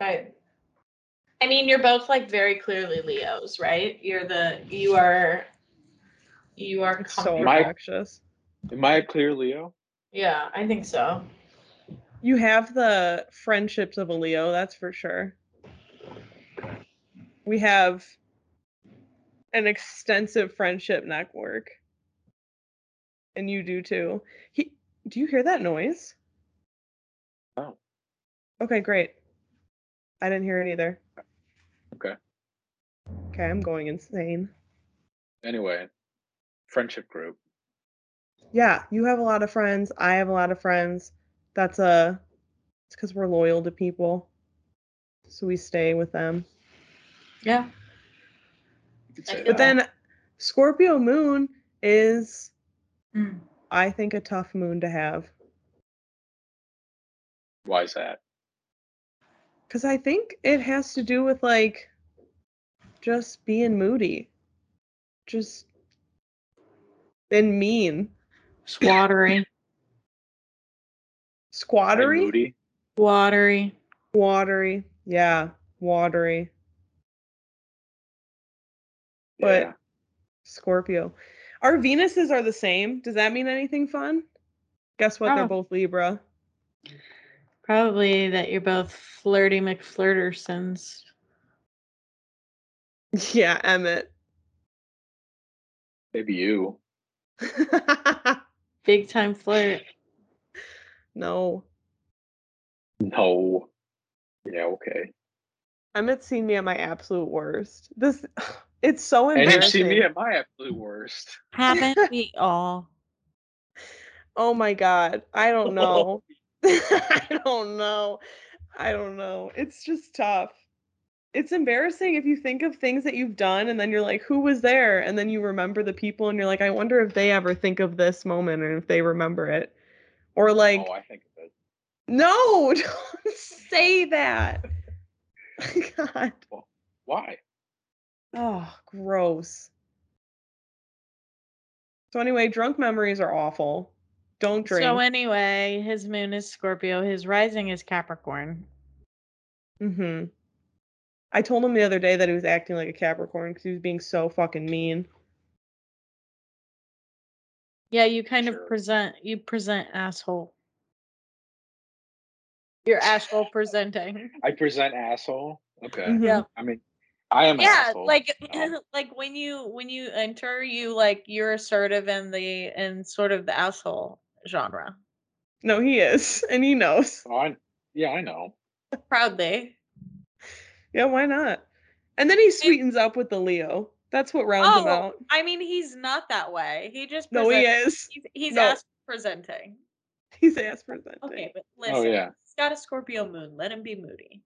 S4: Right. I mean, you're both like very clearly Leos, right? You're the you are you are
S2: it's so
S4: comfortable.
S5: My-
S2: obnoxious
S5: Am I a clear Leo?
S4: yeah, I think so.
S2: you have the friendships of a leo that's for sure we have an extensive friendship network and you do too he, do you hear that noise
S5: No.
S2: okay great i didn't hear it either
S5: Okay.
S2: okay i'm going insane
S5: Anyway, friendship group.
S2: yeah you have a lot of friends i have a lot of friends that's a it's because we're loyal to people so we stay with them
S4: Yeah.
S5: You could say
S4: But
S2: But
S5: that.
S2: then Scorpio moon is
S7: Mm.
S2: I think a tough moon to have
S5: why is that?
S2: cuz I think it has to do with like just being moody. Just and mean,
S4: Watery.
S5: Am I
S2: squattery,
S5: moody?
S4: Watery.
S2: watery. Yeah, watery. But-
S5: Yeah.
S2: Scorpio. Our Venuses are the same. Does that mean anything fun? Guess what? They're
S4: Oh.
S2: both Libra. (laughs)
S4: Probably that you're both flirty McFlirtersons.
S2: Yeah, Emmett. (laughs)
S5: Maybe you.
S4: Big time flirt.
S2: no.
S5: No. Yeah. Okay.
S2: Emmett's seen me at my absolute worst. This, (sighs) it's so
S5: And
S2: embarrassing.
S5: you've seen me at my absolute worst.
S4: (laughs)
S7: Haven't we all?
S2: oh my god, I don't
S5: (laughs)
S2: know. (laughs) I don't know. I don't know. It's just tough. It's embarrassing if you think of things that you've done and then you're like, who was there? And then you remember the people and you're like, I wonder if they ever think of this moment and if they remember it. Or like,
S5: oh, I think of it.
S2: no, (laughs) don't say that. (laughs) god.
S5: Why?
S2: Oh, gross. So anyway, drunk memories are awful. Don't drink.
S4: So anyway, his moon is Scorpio, his rising is Capricorn.
S2: mm-hmm. I told him the other day that he was acting like a Capricorn because he was being so fucking mean.
S4: Yeah, you kind
S5: Sure.
S4: of present you present asshole.
S3: You're asshole presenting.
S5: I present asshole. Okay.
S2: Mhm.
S3: Yeah.
S5: I mean, I am. an
S4: Mm. yeah
S5: asshole.
S4: like
S5: so.
S4: (laughs) like when you when you enter you like you're assertive in the in sort of the asshole genre
S2: No, he is, (laughs) and he knows.
S5: Oh, I, yeah, I know.
S4: proudly
S2: Yeah, why not? And then he sweetens up with the Leo. That's what rounds him
S4: Oh,
S2: out.
S4: i mean he's not that way he just
S2: No, he
S4: presents-
S2: is. (laughs)
S4: he's, he's
S2: No.
S4: ass presenting
S2: He's ass presenting.
S4: okay but listen
S5: Oh, yeah.
S4: he's got a scorpio moon let him be moody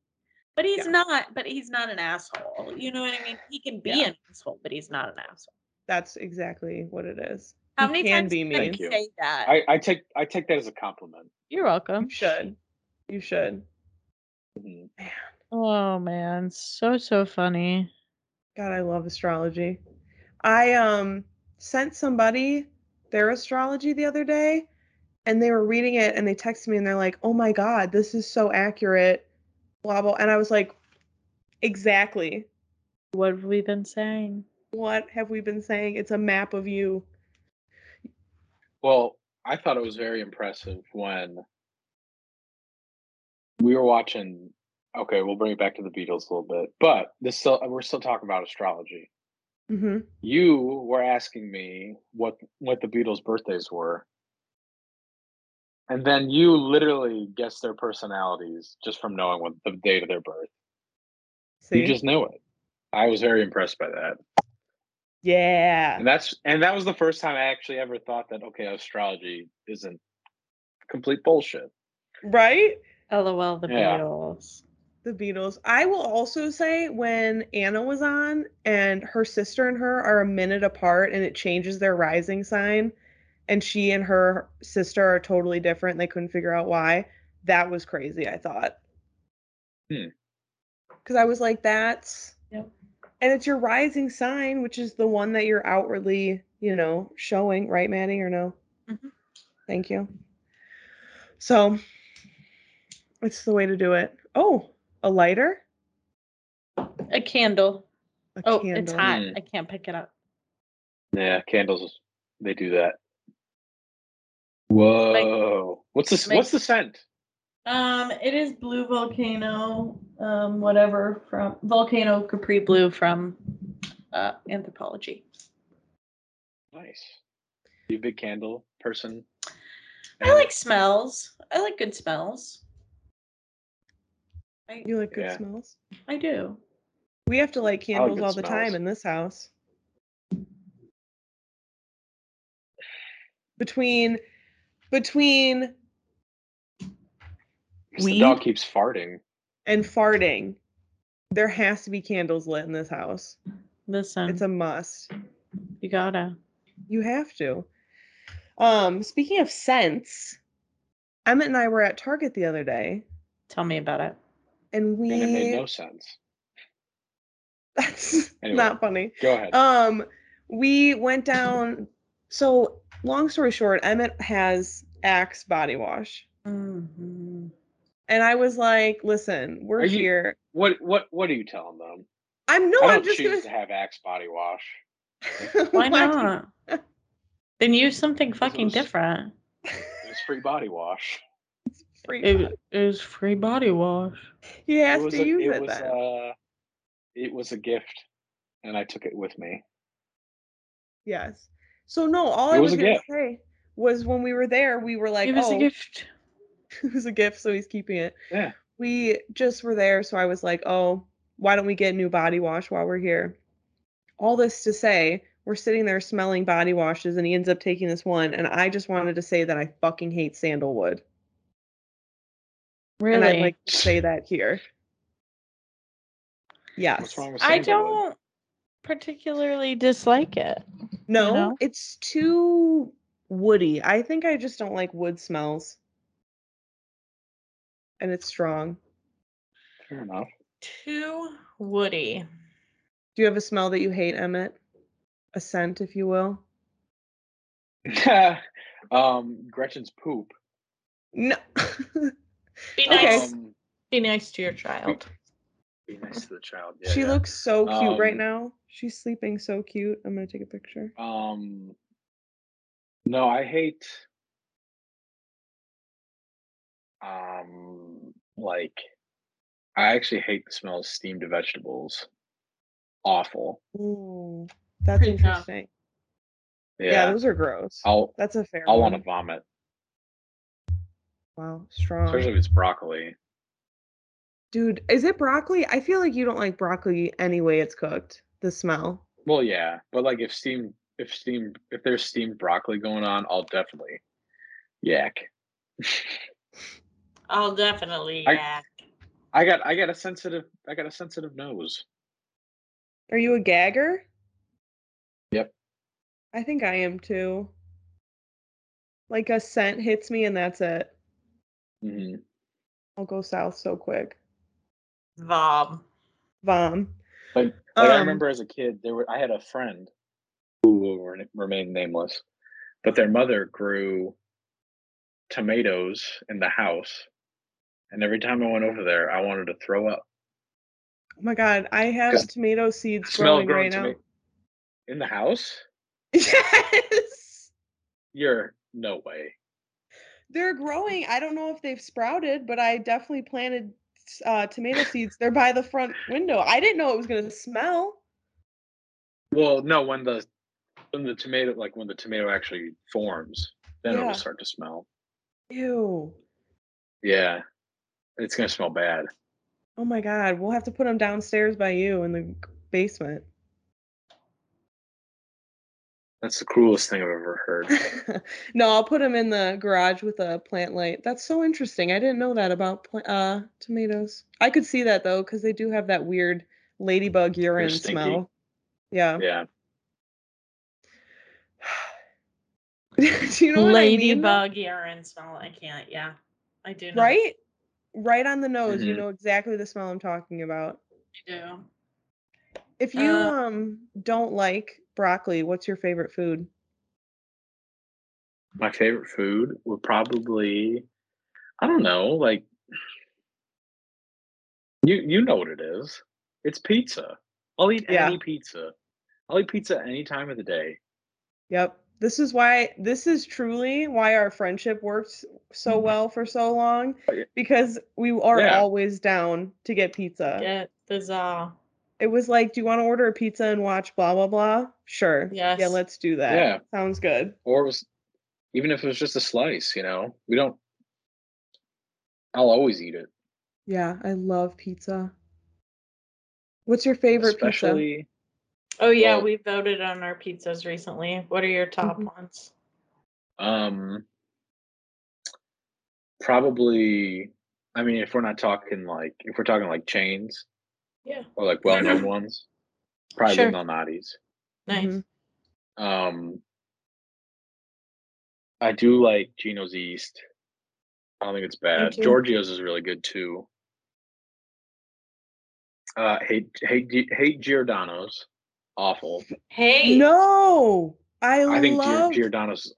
S4: but he's
S2: Yeah.
S4: not but he's not an asshole you know what i mean he can be
S2: Yeah.
S4: an asshole but he's not an asshole
S2: That's exactly what it is.
S4: how
S2: He
S4: many
S2: can
S4: times
S2: be
S4: can you
S5: mean. Thank you.
S4: say that
S5: I, I take I take that as a compliment.
S3: You're welcome.
S2: You should. You should.
S5: Mhm.
S2: Man,
S3: Oh man, so so funny.
S2: God, I love astrology. I um sent somebody their astrology the other day, and they were reading it, and they texted me, and they're like, "Oh my God, this is so accurate." Blah blah, and I was like, "Exactly.
S3: What have we been saying?
S2: What have we been saying? It's a map of you."
S5: Well, I thought it was very impressive when we were watching. Okay, we'll bring it back to the Beatles a little bit, but this still, we're still talking about astrology.
S2: Mm-hmm.
S5: You were asking me what what the Beatles' birthdays were, and then you literally guessed their personalities just from knowing what the date of their birth.
S2: See?
S5: You just knew it. I was very impressed by that.
S2: yeah.
S5: and that's and that was the first time I actually ever thought that okay, astrology isn't complete bullshit.
S2: Right?
S3: LOL the
S5: Yeah.
S3: Beatles.
S2: The Beatles. I will also say when Anna was on and her sister and her are a minute apart and it changes their rising sign and she and her sister are totally different and they couldn't figure out why. That was crazy, I thought.
S5: Hmm.
S2: Cuz I was like that's
S4: Yep.
S2: And it's your rising sign, which is the one that you're outwardly, you know, showing, right, Maddie, or no?
S4: Mhm.
S2: Thank you. So it's the way to do it. Oh, a lighter?
S4: a candle
S2: A
S4: oh it's hot
S5: Mm.
S4: i can't pick it up
S5: Yeah, candles they do that. Whoa. what's this
S4: like-
S5: what's the scent?
S4: Um, it is Blue Volcano, um, whatever from Volcano Capri Blue from uh, Anthropology.
S5: Nice. You a big candle person?
S4: I like smells. I like good smells. I
S2: You like good
S5: Yeah.
S2: smells?
S4: I do.
S2: We have to light
S5: like
S2: candles
S5: good
S2: all the time
S5: smells.
S2: in this house. Between between
S5: The dog
S2: weed?
S5: keeps farting.
S2: and farting, there has to be candles lit in this house.
S4: Listen,
S2: It's a must.
S4: you gotta.
S2: You have to. Um, speaking of scents, Emmett and I were at Target the other day,
S4: Tell me about it.
S2: and we
S5: And it made no sense.
S2: (laughs) that's
S5: Anyway.
S2: not funny.
S5: Go ahead.
S2: Um, we went down. So long story short, Emmett has Axe body wash,
S4: Mm-hmm.
S2: and I was like, "Listen, we're
S5: Are you-
S2: here."
S5: what what what are you telling them?
S2: I'm no,
S5: I
S2: I'm
S5: don't
S2: just
S5: choose
S2: gonna.
S5: to have axe body wash.
S2: (laughs)
S4: Why not? (laughs) then use something
S5: Because it
S4: fucking
S5: was-
S4: different.
S5: It's free body wash.
S2: Free
S3: It, it was free body wash.
S2: (laughs) He has
S5: it was
S2: to
S5: a,
S2: use
S5: it
S2: it
S5: was
S2: then.
S5: uh it was a gift and I took it with me.
S2: Yes. So no, all
S5: It
S2: I
S5: was
S2: was,
S5: a
S2: gonna
S5: gift.
S2: say was when we were there, we were like,
S3: it was
S2: oh,
S3: a gift.
S2: (laughs) it was a gift, so he's keeping it.
S5: Yeah.
S2: We just were there, so I was like, oh, why don't we get new body wash while we're here? All this to say, we're sitting there smelling body washes, and he ends up taking this one, and I just wanted to say that I fucking hate sandalwood,
S3: Really?
S2: and I'd like to say that here. Yes.
S5: What's wrong with
S3: I
S5: sandalwood?
S3: don't particularly dislike it.
S2: No,
S3: know?
S2: it's too woody. I think I just don't like wood smells. And it's strong.
S5: Fair enough.
S4: Two.
S3: Woody.
S2: Do you have a smell that you hate, Emmett? A scent, if you will?
S5: (laughs) um, Gretchen's poop.
S2: No. (laughs)
S1: Be
S2: Okay.
S1: nice.
S5: Um,
S1: Be nice to your child.
S5: be nice to the child. Yeah,
S2: she
S5: yeah.
S2: looks so cute right
S5: Um,
S2: now. She's sleeping so cute. I'm going to take a picture.
S5: Um, no, I hate. Um, like I actually hate the smell of steamed vegetables. Awful.
S2: Ooh, that's
S1: Pretty tough.
S2: interesting.
S5: Oh, Yeah.
S2: Yeah. those are gross.
S5: I'll
S2: that's a fair
S5: I'll
S2: one.
S5: want to vomit,
S2: Wow, strong.
S5: especially if it's broccoli.
S2: Dude, is it broccoli? I feel like you don't like broccoli any way it's cooked. The smell.
S5: Well, yeah, but like if steamed if steamed if there's steamed broccoli going on, I'll definitely yak.
S1: I'll definitely uh,
S5: I-
S1: yeah.
S5: I got I got a sensitive I got a sensitive nose.
S2: Are you a gagger?
S5: Yep.
S2: I think I am too. Like a scent hits me and that's it.
S5: hmm
S2: I'll go south so quick.
S1: Vom.
S2: Vom.
S5: Like, like I
S2: Um,
S5: remember as a kid, there were I had a friend who will re- remain nameless, but their mother grew tomatoes in the house, and every time I went over there, I wanted to throw up.
S2: Oh my god, I have
S5: 'Cause
S2: tomato seeds growing
S5: Smell of growing
S2: right now.
S5: tomato in the house?
S2: (laughs) yes.
S5: You're no way.
S2: They're growing. I don't know if they've sprouted, but I definitely planted uh,
S5: (laughs)
S2: tomato seeds. They're by the front window. I didn't know it was going to smell.
S5: Well, no, when the when the tomato like when the tomato actually forms, then
S2: Yeah.
S5: it'll start to smell.
S2: Ew.
S5: Yeah, it's gonna smell bad.
S2: Oh my god, we'll have to put them downstairs by you in the g- basement. (laughs)
S5: That's the cruelest thing I've ever heard.
S2: no, I'll put them in the garage with a plant light. That's so interesting. I didn't know that about pla- uh tomatoes. I could see that though cuz they do have that weird ladybug urine
S5: stinky.
S2: smell. Yeah.
S5: Yeah,
S2: (laughs) do you know what I mean? though?
S1: Ladybug urine smell. I can't. Yeah, I do. Know
S2: Right? Right on the nose. You
S5: Mhm.
S2: know exactly the smell I'm talking about.
S1: I do.
S2: If you
S1: Uh,
S2: um don't like broccoli, what's your favorite food?
S5: my favorite food would probably I don't know, like you you know what it is. It's pizza. I'll eat
S2: Yeah.
S5: any pizza. I'll eat pizza any time of the day.
S2: Yep. This is why this is truly why our friendship works so well for so long
S5: Mm-hmm. Oh, yeah.
S2: because we are
S5: Yeah.
S2: always down to get
S5: Uh,
S2: pizza.
S1: Get the za.
S2: It was like, do you want to order a pizza and watch blah blah blah? Sure. Yeah,
S1: Yes.
S2: let's do that.
S5: Yeah.
S2: Sounds good.
S5: Or it was even if it was just a slice, you know. We don't I'll always eat it.
S2: Yeah, I love pizza. What's your favorite pizza?
S5: Especially
S1: Oh yeah,
S5: Well-
S1: we voted on our pizzas recently. What are your
S3: Mm-hmm.
S1: top
S2: Mhm.
S1: ones?
S5: Um, probably. I mean, if we're not talking like if we're talking like chains,
S1: Yeah.
S5: or
S2: (laughs)
S5: like well-known ones, probably
S1: Sure.
S5: the Malnati's.
S1: Nice.
S2: Mhm.
S3: Mm-hmm.
S5: Um, I do like Gino's East. I don't think it's bad.
S1: too.
S5: Giorgio's is really good too. Uh, hate hate Gi- hate Giordano's, awful.
S1: Hey.
S2: No. I,
S5: I think Gi-
S2: love
S5: Giordano's.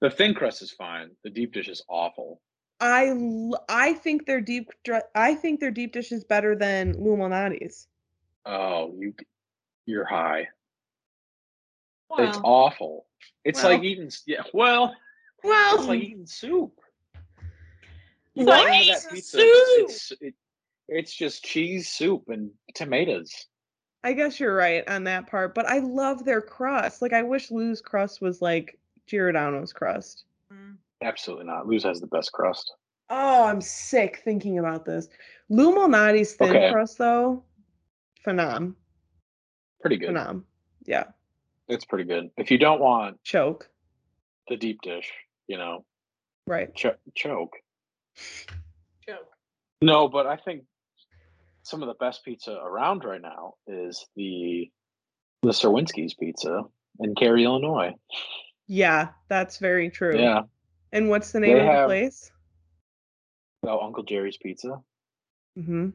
S5: The thin crust is fine. The deep dish is awful.
S2: I l- I think their deep dr- I think their deep dish is better than Luminati's.
S5: Oh, you you're high. It's
S1: Well,
S5: awful. It's like
S2: Well.
S5: eating s- yeah. Well,
S2: Well,
S5: it's like eating soup. You
S1: Mm. It's like
S5: bite into
S1: eating
S5: It's, it's, it, it's just cheese soup and tomatoes.
S2: I guess you're right on that part, but I love their crust. Like I wish Lou's crust was like Giordano's crust.
S1: mm,
S5: Absolutely not. Lou's has the best crust.
S2: Oh, I'm sick thinking about this. Lou Malnati's thin
S5: Okay.
S2: crust though, phenom,
S5: Pretty good.
S2: phenom. Yeah,
S5: It's pretty good. If you don't want
S2: choke.
S5: the deep dish, you know,
S2: Right.
S5: cho- choke.
S1: joke.
S5: No, but I think some of the best pizza around right now is the the Serwinski's pizza in Cary, Illinois.
S2: Yeah, that's very true.
S5: Yeah.
S2: And what's the name
S5: They
S2: of the
S5: have-
S2: place?
S5: Oh, Uncle Jerry's Pizza.
S2: Mm-hmm.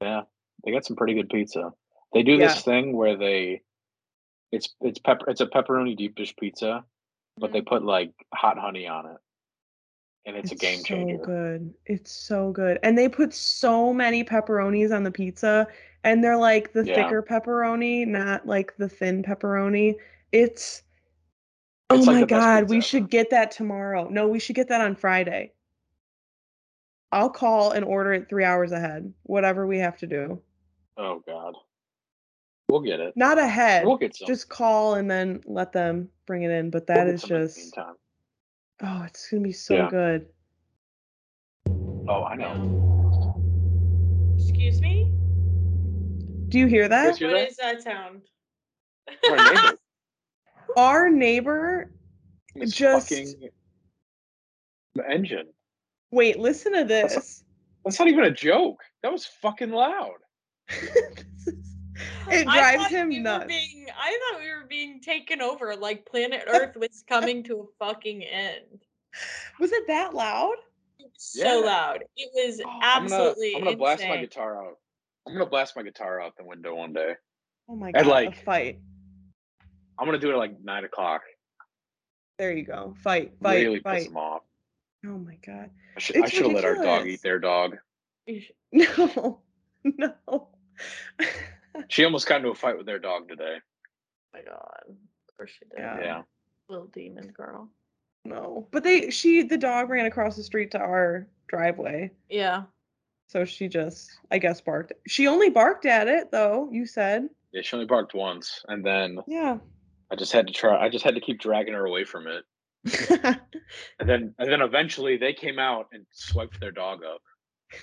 S5: they got some pretty good pizza. They do
S2: Yeah.
S5: this thing where they it's it's pepper it's a pepperoni deep dish pizza, but
S2: Mm-hmm.
S5: they put like hot honey on it. And it's, a game changer.
S2: So good. It's so good. And they put so many pepperonis on the pizza, and they're like the
S5: Yeah.
S2: thicker pepperoni, not like the thin pepperoni. It's, oh
S5: It's like
S2: my
S5: the best
S2: god,
S5: pizza
S2: we
S5: ever.
S2: should get that tomorrow. No, we should get that on Friday. I'll call and order it three hours ahead. Whatever we have to do.
S5: Oh God. We'll get it.
S2: Not ahead.
S5: We'll get some.
S2: just call and then let them bring it in. But that
S5: We'll get
S2: is
S5: some in the
S2: just
S5: meantime.
S2: oh, it's gonna be so
S5: Yeah.
S2: good.
S5: Oh, I know.
S4: Excuse me?
S2: Do you hear that?
S5: Yes, you-
S4: What
S5: Hear that?
S4: is that sound?
S5: Our
S2: (laughs)
S5: neighbor
S2: Our neighbor.
S5: is
S2: Just-
S5: fucking the engine.
S2: Wait, listen to
S5: That's-
S2: this. (laughs)
S5: That's not even a joke. That was fucking loud.
S2: This is- it
S4: I
S2: drives
S4: thought
S2: him
S4: we were
S2: nuts.
S4: being- I thought we were being taken over, like planet Earth was coming to a fucking end.
S2: Was it that loud?
S4: It was So
S5: Yeah. Oh,
S4: loud. It was
S5: I'm gonna,
S4: absolutely
S5: I'm gonna blast my
S4: insane.
S5: guitar out. I'm gonna blast my guitar out the window one day.
S2: Oh my
S5: I'd
S2: god! a
S5: like-
S2: fight.
S5: I'm gonna do it at like nine o'clock.
S2: There you go. Fight. Fight.
S5: really piss
S2: fight.
S5: them off.
S2: Oh my god. (laughs)
S5: I should, I
S2: It's
S5: should have let our dog
S2: ridiculous.
S5: eat their
S2: (laughs)
S5: dog.
S2: No. No. (laughs)
S5: She almost got into a fight with their dog today.
S4: Oh my god. Of course she did.
S2: Yeah.
S5: Yeah.
S4: Little demon girl.
S2: no. But they she the dog ran across the street to our driveway.
S4: Yeah.
S2: So she just I guess barked. She only barked at it though, you said.
S5: Yeah, she only barked once, and then
S2: Yeah. (laughs)
S5: I just had to try. I just had to keep dragging her away from it, and then and then eventually they came out and swiped their dog up.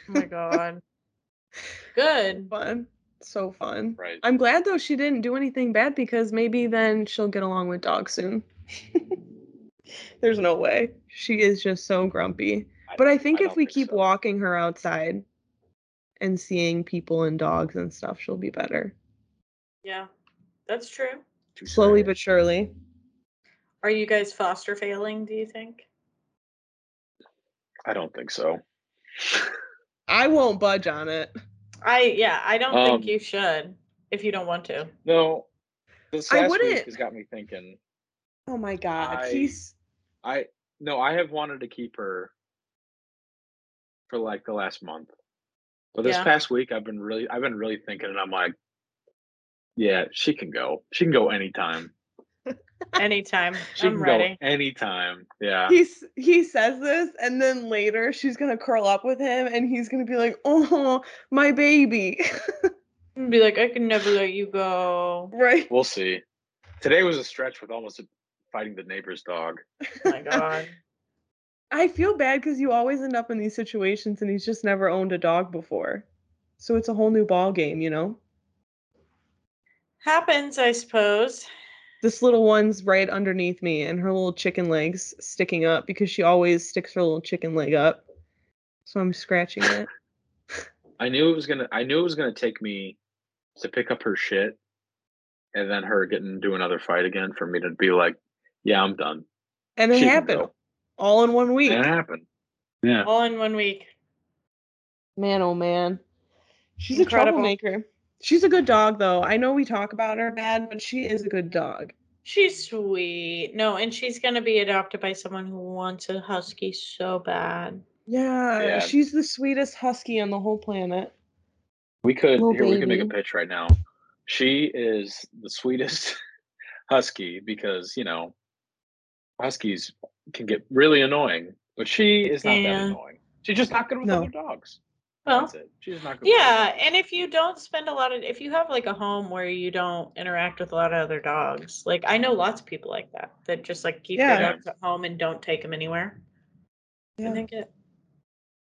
S4: Oh my
S5: (laughs)
S4: god. Good.
S2: fun. So fun.
S5: Right.
S2: I'm glad though she didn't do anything bad because maybe then she'll get along with dogs soon. (laughs) There's no way. She is just so grumpy.
S5: I-
S2: But I think if
S5: don't
S2: we keep
S5: so.
S2: walking her outside and seeing people and dogs and stuff, she'll be better.
S4: Yeah. That's true.
S5: Too
S2: Slowly
S5: sad.
S2: but surely.
S4: Are you guys foster failing, do you think?
S5: I don't think so.
S2: I won't budge on it.
S4: I yeah, I don't think
S5: Um,
S4: you should if you you don't
S5: (laughs)
S4: want to.
S5: No, this
S2: I
S5: last week
S2: wouldn't-
S5: has got me thinking.
S2: Oh my god.
S5: I-
S2: He's
S5: I no, I have wanted to keep her for like the last month, but this
S4: Yeah.
S5: past week I've been really, I've been really thinking, and I'm like, yeah, she can go. She can go anytime.
S4: Anytime.
S5: She
S4: I'm
S5: can
S4: ready.
S5: go anytime.
S4: (laughs)
S5: Yeah.
S2: he's he says this and then later she's gonna curl up with him and he's gonna be like, Oh my baby. (laughs)
S4: And Be like, I can never let you go.
S2: right?
S5: We'll see. Today was a stretch with almost fighting the neighbor's dog.
S4: Oh my god.
S2: I feel bad because you always end up in these situations and he's just never owned a dog before. So it's a whole new ball game, you know?
S4: Happens, I suppose.
S2: This little one's right underneath me and her little chicken legs sticking up because she always sticks her little chicken leg up. So I'm scratching it.
S5: I knew it was gonna. I knew it was gonna take me to pick up her shit, and then her getting into another fight again for me to be like, yeah, I'm done.
S2: And it
S5: She can
S2: happened
S5: go.
S2: all in one week.
S5: And it happened. Yeah.
S4: All in one week.
S2: Man, oh man. She's
S4: Incredible.
S2: a troublemaker. She's a good dog though. I know we talk about her bad, but she is a good dog.
S4: She's sweet. No, and she's gonna be adopted by someone who wants a husky so bad.
S2: Yeah,
S5: Yeah.
S2: she's the sweetest husky on the whole planet.
S5: We could
S4: Oh,
S2: Little
S5: here we can make a
S2: baby.
S5: pitch right now. She is the sweetest (laughs) husky because you know huskies can get really annoying, but she is not
S4: Yeah.
S5: that annoying. She's just not good with
S2: No.
S5: other dogs.
S4: Well,
S5: That's it. She's not good. with other
S4: yeah,
S5: dogs.
S4: and if you don't spend a lot of if you have like a home where you don't interact with a lot of other dogs, like I know lots of people like that that just like keep
S2: Yeah.
S4: their dogs at home and don't take them anywhere.
S2: Yeah.
S4: I think it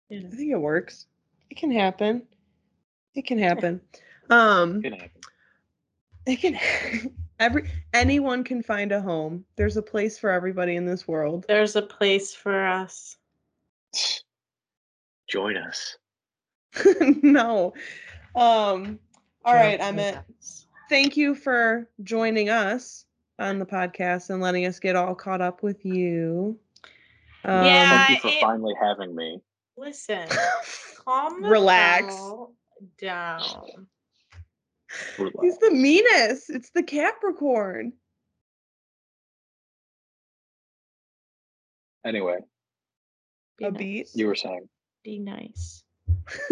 S4: you know.
S2: I think it works. It can happen. It can happen. Um
S5: It happens.
S2: it can (laughs) every anyone can find a home. There's a place for everybody in this world. (laughs)
S4: There's a place for us.
S5: (sighs) Join us.
S2: no. Um all right,
S4: Join
S2: Emmett.
S4: us.
S2: Thank you for joining us on the podcast and letting us get all caught up with you. Um,
S4: Yeah.
S5: Thank you for
S4: it-
S5: finally having me.
S2: (laughs)
S4: Listen, calm the
S2: Relax.
S4: hell down.
S2: He's the meanest. It's the Capricorn.
S5: Anyway,
S4: Be
S2: a
S4: nice.
S2: beat.
S5: you were saying.
S4: Be nice. (laughs)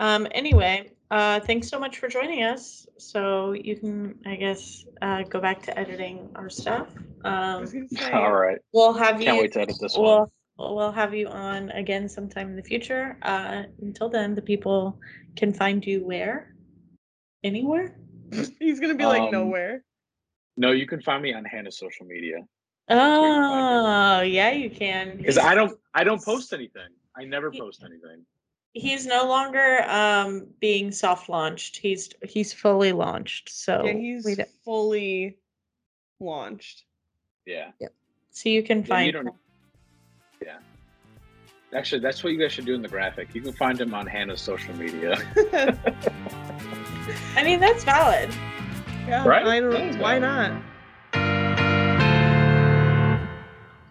S4: um. Anyway, Uh, thanks so much for joining us. So you can, I guess, uh, go back to editing our stuff.
S2: I was
S5: (laughs)
S4: Um,
S2: gonna say,
S5: All right.
S4: we'll have
S5: Can't
S4: you.
S5: wait to edit this one.
S4: We'll, we'll have you on again sometime in the future. Uh, until then, the people can find you where? Anywhere?
S2: He's gonna be like
S5: Um,
S2: nowhere.
S5: No, you can find me on Hannah's social media where you find
S4: Oh, yeah, you can.
S5: because
S4: He's-
S5: I don't I don't post anything. I never post anything.
S4: he's no longer um being soft launched he's he's fully launched so
S2: Yeah, he's
S4: we don't-
S2: fully launched.
S5: Yeah.
S4: so you can
S5: Yeah, you
S4: find
S5: don't- Yeah. Actually, that's what you guys should do in the graphic. You can find him on Hannah's social media.
S4: i mean that's valid
S2: Yeah,
S5: Right?
S2: I
S5: That's
S2: don't, why
S5: valid.
S2: not?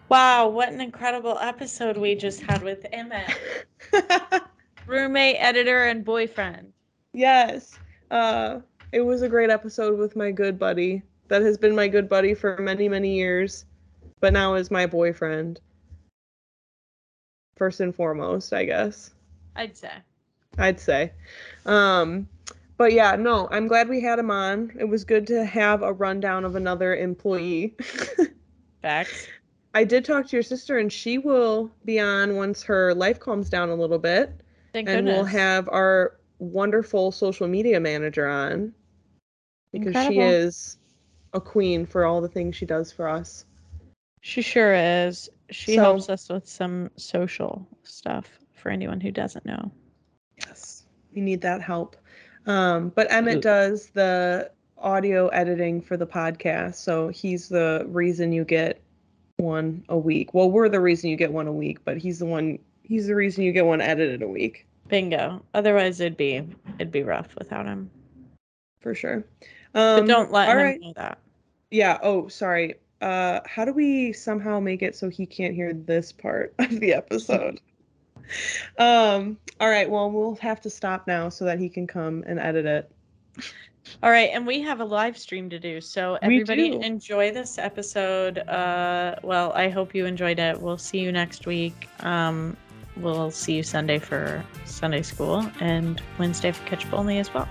S4: wow what an incredible episode we just had with emma
S8: Roommate, editor, and boyfriend.
S2: (laughs) yes. Uh, it was a great episode with my good buddy that has been my good buddy for many, many years, but now is my boyfriend. First and foremost, I guess.
S8: I'd say.
S2: I'd say. Um, but yeah, no, I'm glad we had him on. It was good to have a rundown of another employee. (laughs)
S4: facts
S2: I did talk to your sister, and she will be on once her life calms down a little bit,
S8: Thank
S2: and
S8: goodness.
S2: we'll have our wonderful social media manager on because she
S4: Incredible.
S2: is a queen for all the things she does for us.
S4: she sure is she
S2: So-
S4: helps us with some social stuff for anyone who doesn't know
S2: Yes, we need that help. Um, but Emmett
S4: Ooh.
S2: does the audio editing for the podcast, so he's the reason you get one a week. Well, we're the reason you get one a week, but he's the one. He's the reason you get one edited a week
S4: bingo otherwise it'd be it'd be rough without him
S2: for sure.
S4: but
S2: Um,
S4: don't let
S2: all
S4: him
S2: right.
S4: know that
S2: Yeah. Oh, sorry. Uh, how do we somehow make it so he can't hear this part (laughs) of the
S4: (laughs)
S2: episode? um. All right. Well, we'll have to stop now so that he can come and edit it.
S4: All right, and we have a live stream to do. So
S2: We
S4: everybody
S2: do.
S4: enjoy this episode. Uh, well, I hope you enjoyed it. We'll see you next week. Um, we'll see you Sunday for Sunday school and Wednesday for catch up only as well.